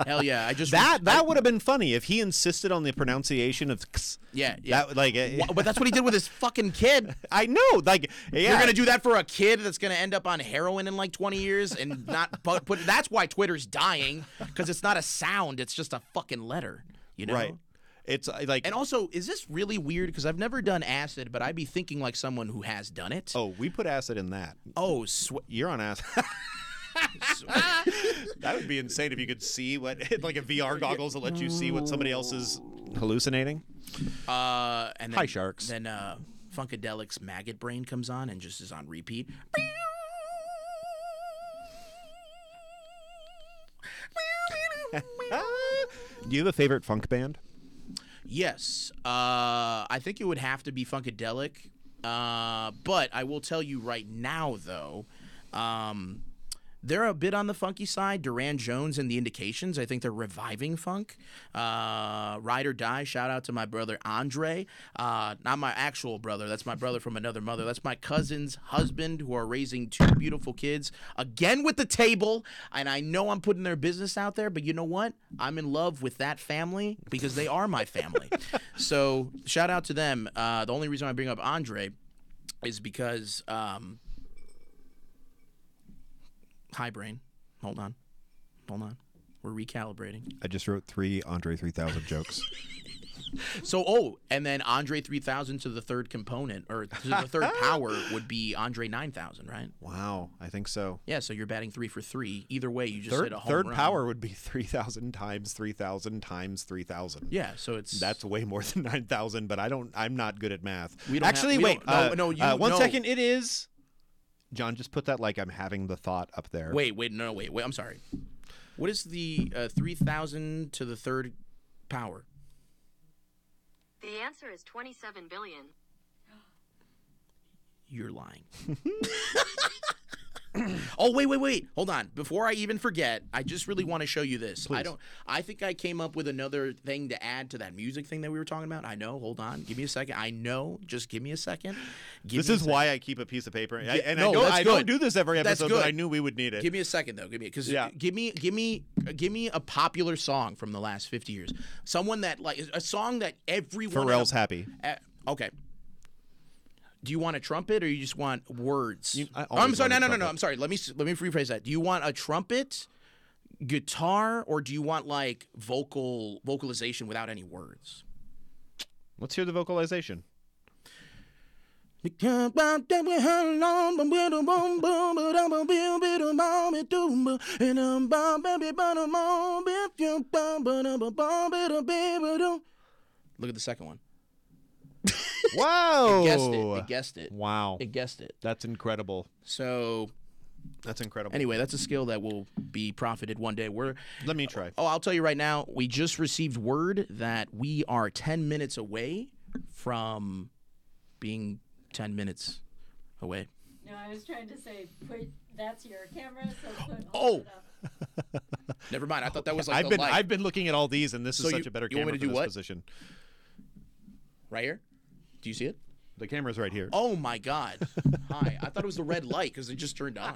Speaker 3: Hell yeah. I just.
Speaker 2: That that would have been funny if he insisted on the pronunciation of X.
Speaker 3: Yeah, yeah.
Speaker 2: That like eh,
Speaker 3: Wha- but that's what he did with his fucking kid.
Speaker 2: I know like yeah.
Speaker 3: You're gonna do that for a kid that's gonna end up on heroin in like 20 years and not put. put that's why Twitter's dying because it's not a sound; it's just a fucking letter. You know.
Speaker 2: right. It's uh, like
Speaker 3: And also, is this really weird? Because I've never done acid, but I'd be thinking like someone who has done it.
Speaker 2: oh, we put acid in that.
Speaker 3: oh sw-
Speaker 2: You're on acid. that would be insane if you could see what like a VR goggles that let you see what somebody else is hallucinating.
Speaker 3: uh, and then,
Speaker 2: Hi, sharks.
Speaker 3: Then uh, Funkadelic's maggot brain comes on and just is on repeat.
Speaker 2: Ah. Do you have a favorite funk band?
Speaker 3: Yes. Uh, I think it would have to be Funkadelic. Uh, but I will tell you right now, though, um, they're a bit on the funky side. Duran Jones and the Indications, I think they're reviving funk. Uh, Ride or Die, shout out to my brother Andre. Uh, not my actual brother, that's my brother from another mother. That's my cousin's husband who are raising two beautiful kids. Again with the table. And I know I'm putting their business out there, but you know what? I'm in love with that family because they are my family. so shout out to them. Uh, the only reason I bring up Andre is because. Um, Hi, brain. Hold on. Hold on. We're recalibrating.
Speaker 2: I just wrote three Andre 3000 jokes.
Speaker 3: So, oh, and then Andre 3000 to the third component or to the third power would be Andre 9000, right?
Speaker 2: wow, I think so.
Speaker 3: Yeah, so you're batting three for three. Either way, you just hit
Speaker 2: Third,
Speaker 3: a home
Speaker 2: third
Speaker 3: run.
Speaker 2: power would be 3,000 times 3,000 times 3,000.
Speaker 3: Yeah, so it's.
Speaker 2: That's way more than 9,000, but I don't, I'm not good at math.
Speaker 3: We don't have-
Speaker 2: Actually,
Speaker 3: we
Speaker 2: wait.
Speaker 3: don't- no,
Speaker 2: uh,
Speaker 3: no, you-
Speaker 2: uh, one
Speaker 3: no.
Speaker 2: second, It is. John, just put that like I'm having the thought up there.
Speaker 3: Wait, wait, no, no, wait, wait. I'm sorry. What is the uh, 3000 to the third power?
Speaker 7: The answer is 27 billion.
Speaker 3: You're lying. oh wait, wait, wait. Hold on. Before I even forget, I just really want to show you this. I don't I think I came up with another thing to add to that music thing that we were talking about. I know. Hold on. Give me a second. I know. Just give me a second. Give
Speaker 2: This
Speaker 3: me a
Speaker 2: is
Speaker 3: sec-
Speaker 2: why I keep a piece of paper. I, and
Speaker 3: no,
Speaker 2: I, don't,
Speaker 3: that's
Speaker 2: I
Speaker 3: good.
Speaker 2: don't do this every
Speaker 3: That's
Speaker 2: episode, but I
Speaker 3: good.
Speaker 2: knew we would need it.
Speaker 3: Give me a second though. Give me cuz
Speaker 2: Yeah.
Speaker 3: give me give me give me a popular song from the last 50 years. Someone that like a song that everyone
Speaker 2: Pharrell's happy.
Speaker 3: Uh, okay. Do you want a trumpet or you just want words?
Speaker 2: I
Speaker 3: Oh, I'm
Speaker 2: always
Speaker 3: sorry. No,
Speaker 2: want
Speaker 3: no,
Speaker 2: a
Speaker 3: no, no.
Speaker 2: trumpet.
Speaker 3: I'm sorry. Let me s- let me rephrase that. Do you want a trumpet? guitar or do you want like vocal vocalization without any words?
Speaker 2: Let's hear the vocalization.
Speaker 3: Look at the second one.
Speaker 2: Wow.
Speaker 3: It guessed it.
Speaker 2: Oh.
Speaker 3: It guessed it.
Speaker 2: Wow.
Speaker 3: It guessed it.
Speaker 2: That's incredible.
Speaker 3: So
Speaker 2: That's incredible.
Speaker 3: anyway, that's a skill that will be profited one day. We're
Speaker 2: Let me try.
Speaker 3: Oh, I'll tell you right now, we just received word that we are 10 minutes away from being 10 minutes away.
Speaker 5: No, I was trying to say, put that's your camera. So put
Speaker 3: Oh,
Speaker 5: that up.
Speaker 3: Never mind. I thought that was like
Speaker 2: I've
Speaker 3: the
Speaker 2: been
Speaker 3: light.
Speaker 2: I've been looking at all these, and this
Speaker 3: So
Speaker 2: is such
Speaker 3: you-
Speaker 2: a better
Speaker 3: you want
Speaker 2: camera
Speaker 3: me to
Speaker 2: for
Speaker 3: do
Speaker 2: this
Speaker 3: what?
Speaker 2: position.
Speaker 3: right here. Do you see it?
Speaker 2: The camera's right here.
Speaker 3: Oh my God. Hi. I thought it was the red light because it just turned on.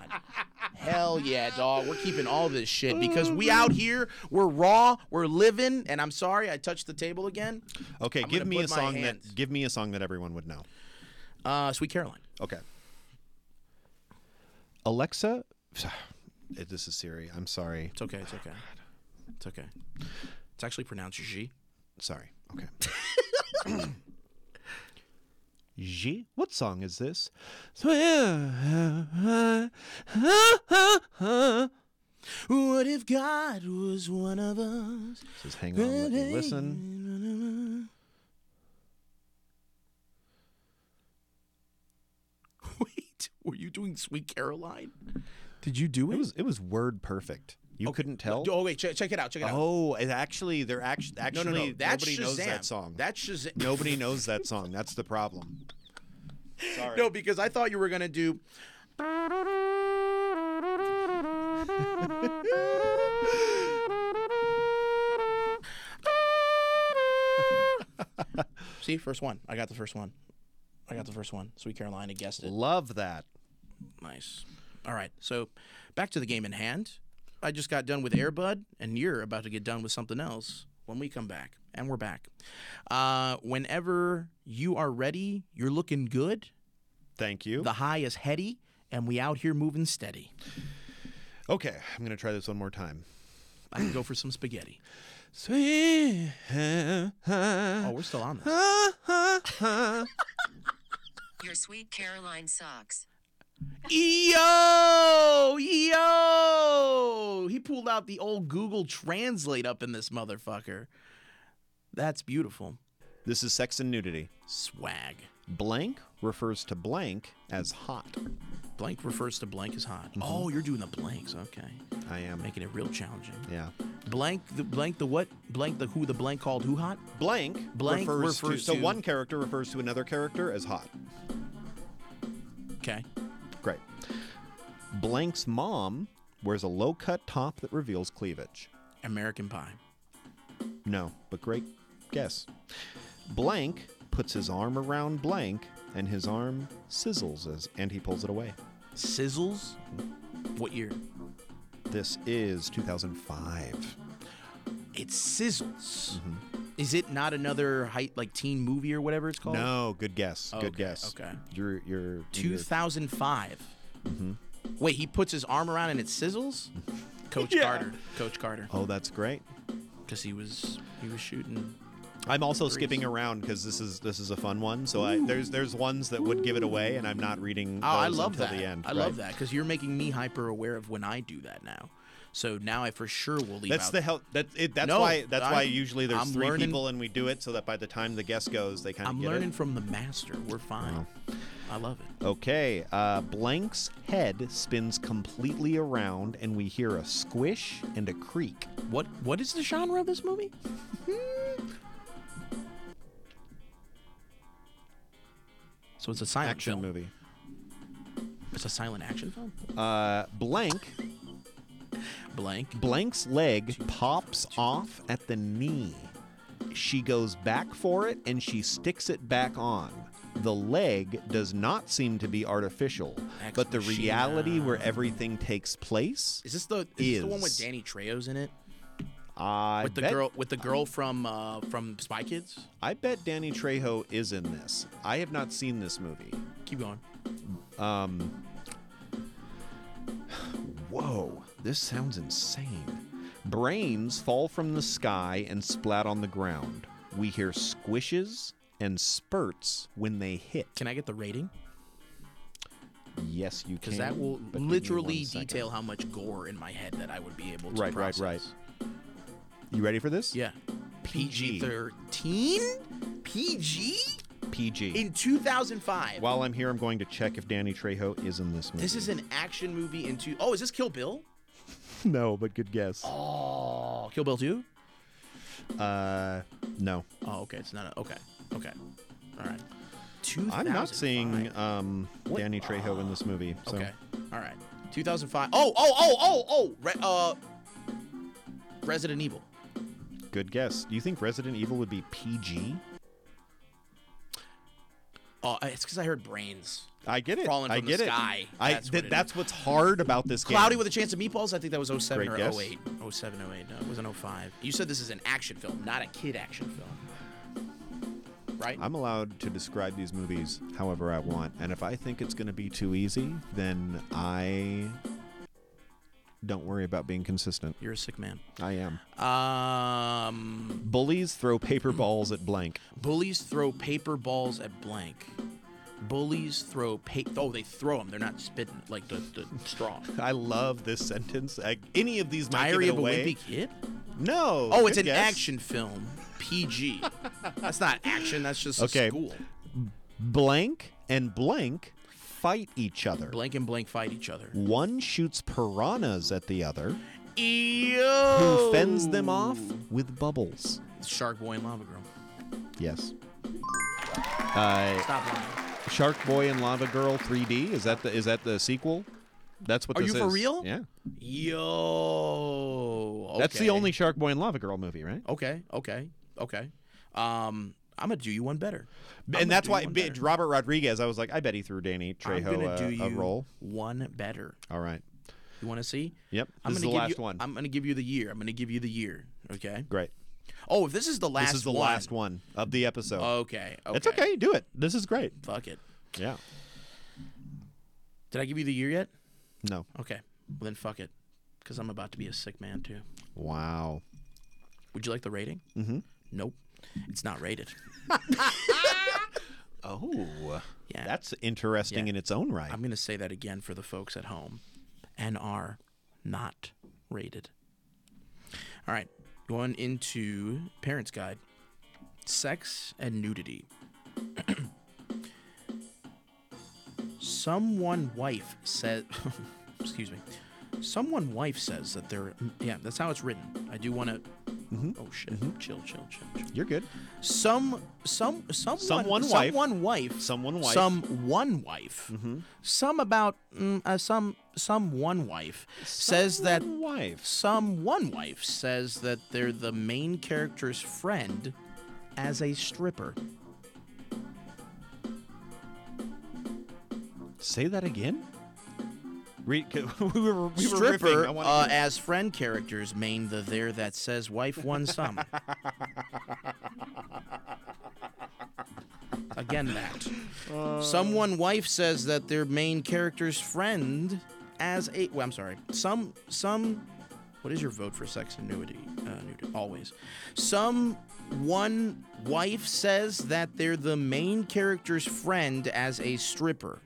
Speaker 3: Hell yeah, dog. We're keeping all this shit because we out here, we're raw, we're living, and I'm sorry I touched the table again.
Speaker 2: okay,
Speaker 3: I'm
Speaker 2: give
Speaker 3: gonna
Speaker 2: me
Speaker 3: put
Speaker 2: a
Speaker 3: my
Speaker 2: song
Speaker 3: hands-
Speaker 2: that give me a song that everyone would know.
Speaker 3: Uh, Sweet Caroline.
Speaker 2: Okay. Alexa, this is Siri. I'm sorry.
Speaker 3: It's okay. It's okay. It's okay. It's actually pronounced G.
Speaker 2: Sorry. Okay. G, what song is this?
Speaker 3: What if God was one of us?
Speaker 2: Says, hang on, let me listen.
Speaker 3: listen. Wait, were you doing Sweet Caroline? Did you do
Speaker 2: It was it was word perfect. You couldn't tell.
Speaker 3: Oh wait, check, check it out. Check it out.
Speaker 2: Oh, it actually, they're actually
Speaker 3: no,
Speaker 2: actually
Speaker 3: no, no. That's
Speaker 2: nobody
Speaker 3: Shazam.
Speaker 2: knows that song.
Speaker 3: That's Shazam.
Speaker 2: nobody knows that song. That's the problem. Sorry.
Speaker 3: No, because I thought you were gonna do. See, first one. I got the first one. I got the first one. Sweet Caroline, I guessed it.
Speaker 2: Love that.
Speaker 3: Nice. All right, so back to the game in hand. I just got done with Airbud, and you're about to get done with something else when we come back. And we're back. Uh, whenever you are ready, you're looking good.
Speaker 2: Thank you.
Speaker 3: The high is heady, and we out here moving steady.
Speaker 2: Okay, I'm gonna try this one more time.
Speaker 3: I can go for some spaghetti.
Speaker 2: Sweet.
Speaker 3: Oh, we're still on this.
Speaker 7: Your sweet Caroline socks.
Speaker 3: Yo, yo! He pulled out the old Google Translate up in this motherfucker. That's beautiful.
Speaker 2: This is sex and nudity.
Speaker 3: Swag.
Speaker 2: Blank refers to blank as hot.
Speaker 3: Blank refers to blank as hot.
Speaker 2: Mm-hmm.
Speaker 3: Oh, you're doing the blanks. Okay,
Speaker 2: I am.
Speaker 3: making it real challenging.
Speaker 2: Yeah.
Speaker 3: Blank the blank the what? Blank the who? The blank called who hot?
Speaker 2: Blank,
Speaker 3: Blank
Speaker 2: refers,
Speaker 3: refers
Speaker 2: to,
Speaker 3: to-
Speaker 2: so one character refers to another character as hot.
Speaker 3: Okay.
Speaker 2: Great. Blank's mom wears a low-cut top that reveals cleavage.
Speaker 3: American Pie.
Speaker 2: No, but great guess. Blank puts his arm around blank and his arm sizzles as and he pulls it away.
Speaker 3: Sizzles. What year?
Speaker 2: This is 2005.
Speaker 3: It sizzles.
Speaker 2: Mm-hmm.
Speaker 3: Is it not another height like teen movie or whatever it's called?
Speaker 2: No, good guess.
Speaker 3: Okay,
Speaker 2: good guess.
Speaker 3: okay.
Speaker 2: You're you're you're-
Speaker 3: 2005.
Speaker 2: Mm-hmm.
Speaker 3: Wait, he puts his arm around and it sizzles. Coach Carter. Coach Carter.
Speaker 2: Oh, that's great.
Speaker 3: Because he was he was shooting.
Speaker 2: I'm also skipping around because this is this is a fun one. So I, there's there's ones that would give it away, and I'm not reading.
Speaker 3: Oh, I
Speaker 2: those
Speaker 3: love
Speaker 2: until
Speaker 3: that.
Speaker 2: The end,
Speaker 3: I love
Speaker 2: right.
Speaker 3: that because you're making me hyper aware of when I do that now. So now I for sure will leave
Speaker 2: That's
Speaker 3: out.
Speaker 2: the help. That's it. That's
Speaker 3: No,
Speaker 2: why. That's why
Speaker 3: I'm-
Speaker 2: usually there's
Speaker 3: I'm
Speaker 2: three
Speaker 3: learning-
Speaker 2: people, and we do it so that by the time the guest goes, they kind of
Speaker 3: I'm
Speaker 2: get
Speaker 3: learning
Speaker 2: it.
Speaker 3: from the master. We're fine. I love it.
Speaker 2: Okay. Uh, Blank's head spins completely around, and we hear a squish and a creak.
Speaker 3: What what is the genre of this movie? so it's a silent
Speaker 2: Action
Speaker 3: film.
Speaker 2: movie.
Speaker 3: It's a silent action film.
Speaker 2: Uh, blank.
Speaker 3: Blank.
Speaker 2: Blank's leg pops off at the knee. She goes back for it and she sticks it back on. The leg does not seem to be artificial,
Speaker 3: Ex
Speaker 2: but the
Speaker 3: machina.
Speaker 2: reality where everything takes place.
Speaker 3: Is this the is, this the one with
Speaker 2: Is.
Speaker 3: Danny Trejo's in it?
Speaker 2: I
Speaker 3: With the
Speaker 2: bet,
Speaker 3: girl with the girl from uh, from Spy Kids.
Speaker 2: I bet Danny Trejo is in this. I have not seen this movie. Um,
Speaker 3: Keep going.
Speaker 2: Whoa, this sounds insane. Brains fall from the sky and splat on the ground. We hear squishes and spurts when they hit.
Speaker 3: Can I get the rating?
Speaker 2: Yes, you can.
Speaker 3: Because that will
Speaker 2: but give me one
Speaker 3: literally
Speaker 2: second.
Speaker 3: detail how much gore in my head that I would be able to
Speaker 2: Right, right,
Speaker 3: process.
Speaker 2: right. You ready for this?
Speaker 3: Yeah.
Speaker 2: PG.
Speaker 3: PG thirteen. PG
Speaker 2: PG.
Speaker 4: in 2005.
Speaker 2: While I'm here, I'm going to check if Danny Trejo is in this movie.
Speaker 4: This is an action movie in two oh, is this Kill Bill?
Speaker 2: no, but good guess.
Speaker 3: Oh, Kill Bill two.
Speaker 2: Uh, no,
Speaker 3: Oh, okay. It's not a okay. Okay. All right. Two.
Speaker 2: I'm not seeing um, Danny Trejo in this movie. So.
Speaker 3: Okay.
Speaker 4: All right. 2005. Oh, oh, oh, oh, oh. Re- uh Resident Evil.
Speaker 2: Good guess. Do you think Resident Evil would be PG?
Speaker 3: Uh,
Speaker 4: Oh, it's cuz I heard brains.
Speaker 2: I get it.
Speaker 4: Falling
Speaker 2: I
Speaker 4: from the
Speaker 2: get it.
Speaker 4: sky.
Speaker 2: I,
Speaker 4: That's
Speaker 2: that's,
Speaker 4: what it
Speaker 2: that's what's hard about this game.
Speaker 4: Cloudy with a Chance of Meatballs. I think that was 07
Speaker 2: Great
Speaker 4: or
Speaker 2: guess.
Speaker 4: 08. 07, 08. No, it wasn't 05. You said this is an action film, not a kid action film. Right?
Speaker 2: I'm allowed to describe these movies however I want, and if I think it's going to be too easy, then I don't worry about being consistent.
Speaker 3: You're a sick man.
Speaker 2: I am.
Speaker 3: Um,
Speaker 2: Bullies throw paper balls at blank.
Speaker 3: bullies throw paper balls at blank. Bullies throw paper. Oh, they throw them. They're not spitting like the, the straw.
Speaker 2: I love this sentence. I, any of these might
Speaker 3: Diary
Speaker 2: give
Speaker 3: of
Speaker 2: it
Speaker 3: a
Speaker 2: away.
Speaker 3: Wimpy Kid.
Speaker 2: No.
Speaker 4: Oh,
Speaker 2: good
Speaker 4: it's an
Speaker 2: guess.
Speaker 4: action film. PG. that's not action. That's just
Speaker 2: Okay.
Speaker 4: school.
Speaker 2: Blank and blank fight each other.
Speaker 3: Blank and blank fight each other.
Speaker 2: One shoots piranhas at the other,
Speaker 4: Yo.
Speaker 2: who fends them off with bubbles.
Speaker 3: Shark Boy and Lava Girl.
Speaker 2: Yes. Uh,
Speaker 4: Stop lying.
Speaker 2: Shark Boy and Lava Girl 3D is that the is that the sequel? That's what
Speaker 4: Are
Speaker 2: this
Speaker 4: you for
Speaker 2: is.
Speaker 4: real?
Speaker 2: Yeah,
Speaker 4: Yo.
Speaker 2: that's
Speaker 4: okay.
Speaker 2: the only Shark Boy and Lava Girl movie, right?
Speaker 4: Okay. Okay. Okay. Um, I'm gonna do you one better. I'm
Speaker 2: and
Speaker 4: gonna
Speaker 2: that's
Speaker 4: do
Speaker 2: why
Speaker 4: you one
Speaker 2: bi-
Speaker 4: better.
Speaker 2: Robert Rodriguez. I was like, I bet he threw Danny
Speaker 3: I'm gonna
Speaker 2: Trejo a,
Speaker 3: do you
Speaker 2: a role.
Speaker 3: one better.
Speaker 2: All right,
Speaker 3: You want to see?
Speaker 2: Yep,
Speaker 3: I'm
Speaker 2: this is
Speaker 3: gonna
Speaker 2: the
Speaker 3: give
Speaker 2: last
Speaker 3: you-
Speaker 2: one.
Speaker 3: I'm gonna give you the year. I'm gonna give you the year. Okay.
Speaker 2: great.
Speaker 4: Oh, if this is the last.
Speaker 2: this is the
Speaker 4: one,
Speaker 2: last one of the episode.
Speaker 4: Okay. Okay.
Speaker 2: It's okay. Do it. This is great.
Speaker 3: Fuck it.
Speaker 2: Yeah.
Speaker 3: Did I give you the year yet?
Speaker 2: No.
Speaker 3: Okay. Well, then fuck it, because I'm about to be a sick man too.
Speaker 2: Wow.
Speaker 3: Would you like the rating? Mm-hmm. Nope. It's not rated.
Speaker 2: Oh,
Speaker 3: Yeah.
Speaker 2: that's interesting
Speaker 3: Yeah.
Speaker 2: in its own right.
Speaker 3: I'm gonna say that again for the folks at home. NR, not rated. All right. Going into Parents Guide. Sex and nudity. Someone wife says, excuse me. Someone wife says that they're, yeah, that's how it's written. I do want to, oh shit, chill, chill, chill, chill.
Speaker 2: You're good.
Speaker 3: Some, some, someone,
Speaker 2: Someone wife.
Speaker 3: someone wife,
Speaker 2: Someone wife. Mm-hmm.
Speaker 3: some one wife, some about, mm, uh, some, some one wife says that
Speaker 2: wives.
Speaker 3: some one wife says that they're the main character's friend as a stripper.
Speaker 2: Say that again. Re- we were, we were riffing.
Speaker 3: stripper
Speaker 2: I wanna
Speaker 3: uh,
Speaker 2: hear-
Speaker 3: as friend characters main the there that says wife won some. Again that. Someone wife says that their main character's friend as a well, I'm sorry. Some some what is your vote for sex and nudity? Uh, nudity always. Some one wife says that they're the main character's friend as a stripper.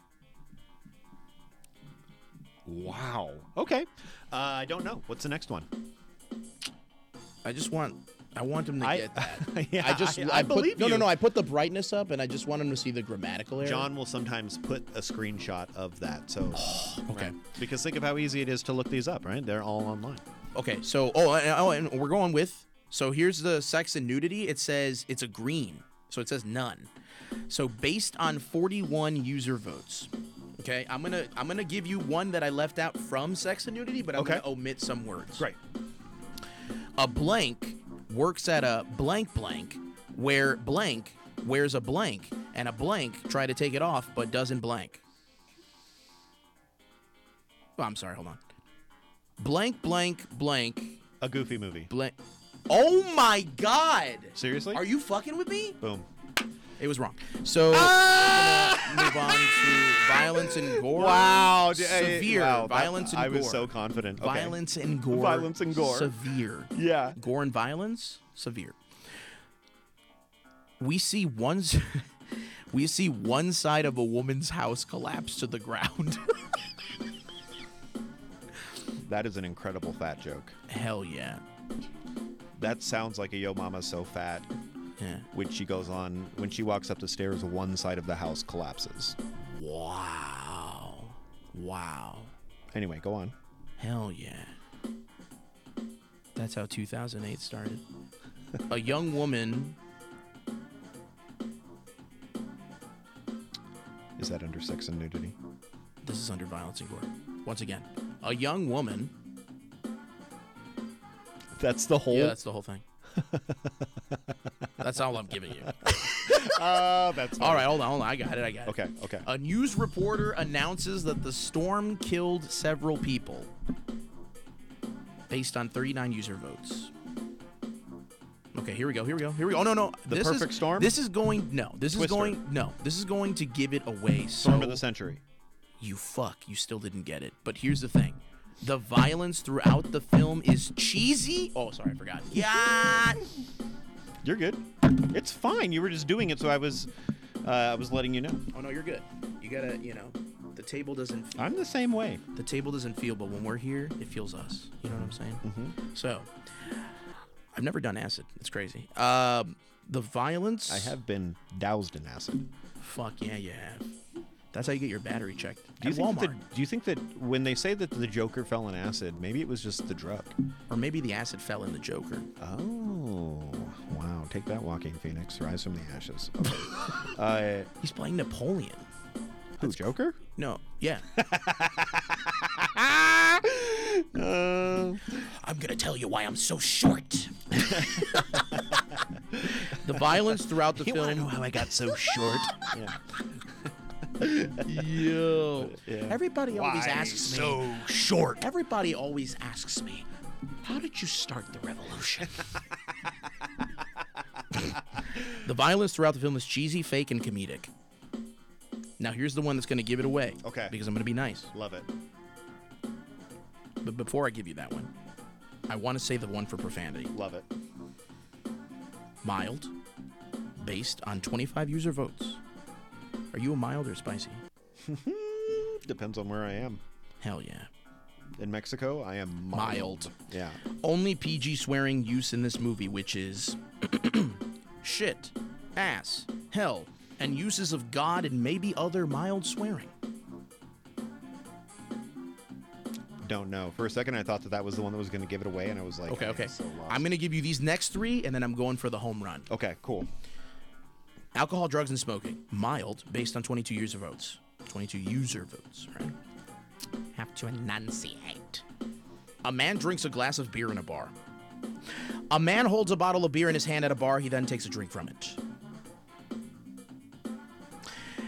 Speaker 2: Wow. Okay. Uh, I don't know. What's the next one?
Speaker 3: I just want I want them to
Speaker 2: I-
Speaker 3: get that.
Speaker 2: Yeah,
Speaker 3: I just I, put-
Speaker 2: believe
Speaker 3: no
Speaker 2: you.
Speaker 3: no no I put the brightness up and I just want them to see the grammatical error.
Speaker 2: John will sometimes put a screenshot of that. So,
Speaker 3: okay
Speaker 2: because think of how easy it is to look these up, right? They're all online.
Speaker 3: okay so oh and, oh and we're going with so here's the sex and nudity it says it's a green so it says none so based on 41 user votes okay I'm gonna I'm gonna give you one that I left out from sex and nudity but I'm
Speaker 2: Okay.
Speaker 3: gonna omit some words
Speaker 2: Great.
Speaker 3: a blank works at a blank blank where blank wears a blank and a blank try to take it off but doesn't blank oh, i'm sorry hold on blank blank blank
Speaker 2: A goofy movie.
Speaker 3: blank oh my god
Speaker 2: Seriously?
Speaker 3: are you fucking with me
Speaker 2: Boom. Ah!
Speaker 3: it was wrong so
Speaker 4: move on to violence and gore.
Speaker 2: Wow, d- I-
Speaker 4: severe
Speaker 2: wow, that-
Speaker 4: violence and
Speaker 2: I
Speaker 4: gore.
Speaker 2: was so confident. Okay.
Speaker 3: Violence and gore.
Speaker 2: Violence and gore.
Speaker 3: Severe.
Speaker 2: Yeah.
Speaker 3: Gore and violence, severe. We see one s- we see one side of a woman's house collapse to the ground.
Speaker 2: That is an incredible fat joke.
Speaker 3: Hell yeah.
Speaker 2: That sounds like a yo mama so fat.
Speaker 3: Yeah.
Speaker 2: When she goes on, when she walks up the stairs, one side of the house collapses.
Speaker 3: Wow. Wow.
Speaker 2: Anyway, go on.
Speaker 3: Hell yeah. That's how 2008 started. a young woman,
Speaker 2: Is that under sex and nudity?
Speaker 3: this is under violence and gore. Once again, a young woman.
Speaker 2: That's the whole.
Speaker 3: Yeah, that's the whole thing. that's all I'm giving you.
Speaker 2: Uh, that's
Speaker 3: All right, Uh, hold on, hold on. I got it. I got it.
Speaker 2: Okay, okay.
Speaker 3: A news reporter announces that the storm killed several people based on 39 user votes. Okay, here we go. Here we go. Here we go. Oh no, no.
Speaker 2: The
Speaker 3: this is-
Speaker 2: perfect storm?
Speaker 3: This is going no. This is
Speaker 2: Twister.
Speaker 3: going no. This is going to give it away.
Speaker 2: storm
Speaker 3: so
Speaker 2: of the century.
Speaker 3: you fuck, you still didn't get it. But here's the thing. The violence throughout the film is cheesy. Oh, sorry, I forgot. Yeah.
Speaker 2: You're good. It's fine. You were just doing it, so I was, uh, I was letting you know.
Speaker 3: Oh no, you're good. You gotta, you know, the table doesn't
Speaker 2: I'm the same way.
Speaker 3: the table doesn't feel, but when we're here, it feels us. You know what I'm saying?
Speaker 2: Mm-hmm.
Speaker 3: So, I've never done acid. It's crazy. Um, the violence.
Speaker 2: I have been doused in acid.
Speaker 3: Fuck yeah, you have. That's how you get your battery checked.
Speaker 2: Do you,
Speaker 3: At
Speaker 2: think
Speaker 3: Walmart,
Speaker 2: that the- do you think that when they say that the Joker fell in acid, maybe it was just the drug?
Speaker 3: or maybe the acid fell in the Joker.
Speaker 2: Oh, wow. Take that, Walking Phoenix. Rise from the ashes. Okay. uh,
Speaker 3: He's playing Napoleon.
Speaker 2: who, Joker?
Speaker 3: No, yeah. Ah!
Speaker 2: Uh,
Speaker 3: I'm gonna tell you why I'm so short. the violence throughout the film.
Speaker 2: I got so short. yeah.
Speaker 3: Yo. Everybody always
Speaker 2: Why
Speaker 3: asks me. So short. Everybody always asks me, how did you start the revolution? the violence throughout the film is cheesy, fake, and comedic. Now here's the one that's going to give it away.
Speaker 2: Okay.
Speaker 3: Because I'm going to be nice.
Speaker 2: Love it.
Speaker 3: But before I give you that one, I want to say the one for profanity.
Speaker 2: Love it.
Speaker 3: Mild, based on 25 user votes. Are you a mild or spicy?
Speaker 2: Depends on where I am.
Speaker 3: Hell yeah.
Speaker 2: In Mexico, I am mild.
Speaker 3: Mild.
Speaker 2: Yeah.
Speaker 3: only PG swearing use in this movie, which is shit, ass, hell, and uses of God and maybe other mild swearing.
Speaker 2: Don't know. For a second, I thought that that was the one that was going to give it away, and I was like,
Speaker 3: Okay,
Speaker 2: I am
Speaker 3: okay.
Speaker 2: so lost.
Speaker 3: I'm going to give you these next three, and then I'm going for the home run.
Speaker 2: Okay, cool.
Speaker 3: Alcohol, drugs, and smoking. Mild, based on 22 user votes. 22 user votes, right? Have to enunciate. A man drinks a glass of beer in a bar. A man holds a bottle of beer in his hand at a bar. He then takes a drink from it.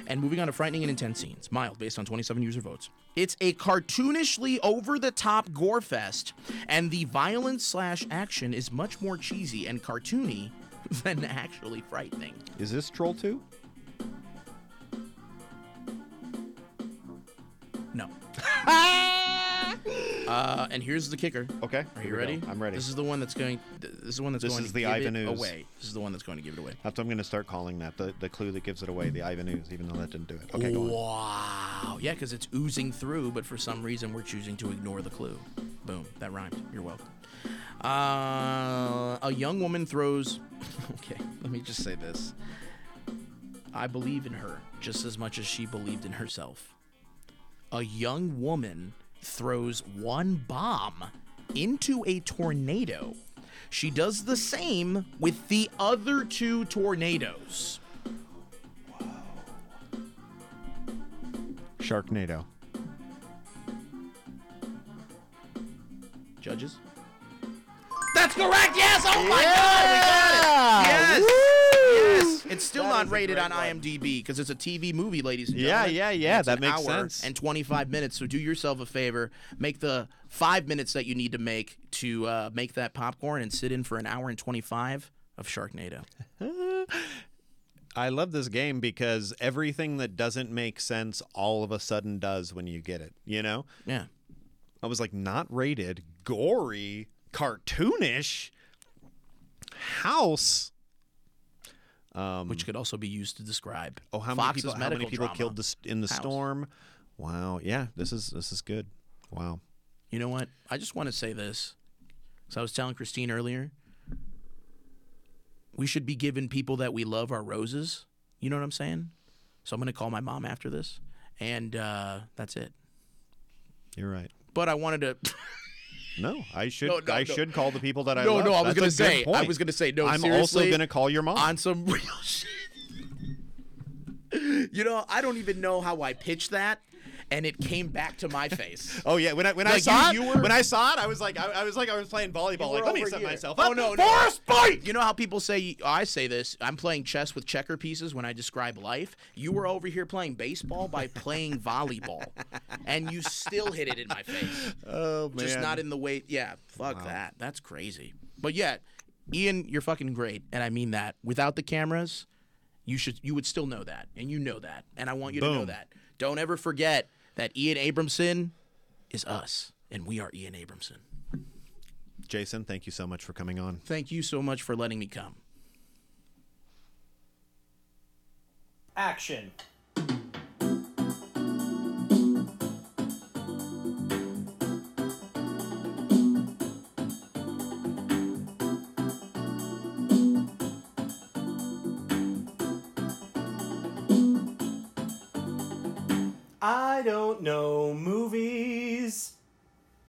Speaker 3: And moving on to frightening and intense scenes. Mild, based on 27 user votes. It's a cartoonishly over the top gore fest, and the violence slash action is much more cheesy and cartoony than actually frightening.
Speaker 2: Is this Troll 2?
Speaker 3: No. uh, and here's the kicker.
Speaker 2: Okay.
Speaker 3: Are
Speaker 2: here we
Speaker 3: you
Speaker 2: go.
Speaker 3: ready?
Speaker 2: I'm ready.
Speaker 3: This is the one that's going. th- This is the one that's
Speaker 2: This
Speaker 3: going
Speaker 2: is
Speaker 3: to
Speaker 2: the
Speaker 3: give
Speaker 2: Ivan
Speaker 3: it
Speaker 2: Ooze.
Speaker 3: away. This is the one that's going to give it away.
Speaker 2: That's what I'm going to start calling that the, the clue that gives it away, the Ivan Ooze, even though that didn't do it. Okay, go on.
Speaker 3: Wow. Yeah, because it's oozing through, but for some reason we're choosing to ignore the clue. Boom. That rhymed. You're welcome. Uh, a young woman throws. okay, let me just say this. I believe in her just as much as she believed in herself. A young woman throws one bomb into a tornado. She does the same with the other two tornadoes.
Speaker 2: Sharknado.
Speaker 3: Judges?
Speaker 4: That's correct. Yes. Oh my God. We got it. Yes. Yes. It's still not rated on IMDb because it's a TV movie, ladies and
Speaker 2: Yeah,
Speaker 4: gentlemen.
Speaker 2: yeah, yeah,
Speaker 4: It's
Speaker 2: that
Speaker 4: an
Speaker 2: makes
Speaker 4: hour
Speaker 2: sense.
Speaker 4: And 25 minutes. So do yourself a favor. Make the
Speaker 3: five minutes that you need to make to uh, make that popcorn and sit in for an hour and 25 of Sharknado.
Speaker 2: I love this game because everything that doesn't make sense all of a sudden does when you get it. You know,
Speaker 8: Yeah.
Speaker 2: I was like, not rated, gory, cartoonish, house.
Speaker 8: Which could also be used to describe
Speaker 2: Um, Oh, how many
Speaker 8: Fox's
Speaker 2: people? How
Speaker 8: medical
Speaker 2: many people
Speaker 8: drama.
Speaker 2: killed this in the
Speaker 8: House.
Speaker 2: storm? Wow. Yeah. This is this is good. Wow.
Speaker 8: You know what? I just want to say this. So I was telling Christine earlier, we should be giving people that we love our roses. You know what I'm saying? So I'm going to call my mom after this, and uh, that's it.
Speaker 2: You're right.
Speaker 8: But I wanted to.
Speaker 2: No, I should.
Speaker 3: No, no,
Speaker 2: I
Speaker 3: no.
Speaker 2: should call the people that I
Speaker 3: No,
Speaker 2: love.
Speaker 3: no, I
Speaker 2: That's a
Speaker 3: was gonna
Speaker 2: good
Speaker 3: say- I
Speaker 2: point.
Speaker 3: was gonna say, no,
Speaker 2: I'm also
Speaker 3: seriously,
Speaker 2: gonna call your mom.
Speaker 3: on some real shit. You know, I don't even know how I pitched that, and it came back to my face.
Speaker 2: Oh yeah, when I when I
Speaker 3: Like,
Speaker 2: saw
Speaker 3: you-
Speaker 2: it,
Speaker 3: you were-
Speaker 2: when I saw it, I was like, I, I was like, I was playing volleyball. Like,
Speaker 3: were
Speaker 2: let me
Speaker 3: over
Speaker 2: set
Speaker 3: here.
Speaker 2: myself
Speaker 3: Oh,
Speaker 2: up
Speaker 3: no,
Speaker 2: for
Speaker 3: no.
Speaker 2: a spike.
Speaker 3: You know how people say I say this. I'm playing chess with checker pieces when I describe life. You were over here playing baseball by playing volleyball, and you still hit it in my face.
Speaker 2: Oh man,
Speaker 3: Just not in the way. Yeah, fuck that. That's crazy. But yet, Ian, you're fucking great, and I mean that. Without the cameras, you should you would still know that, and you know that, and I want you to know
Speaker 2: Boom.
Speaker 3: that. Don't ever forget that Ian Abramson is us, and we are Ian Abramson.
Speaker 2: Jason, thank you so much for coming on.
Speaker 3: Thank you so much for letting me come.
Speaker 9: Action. I don't know movies.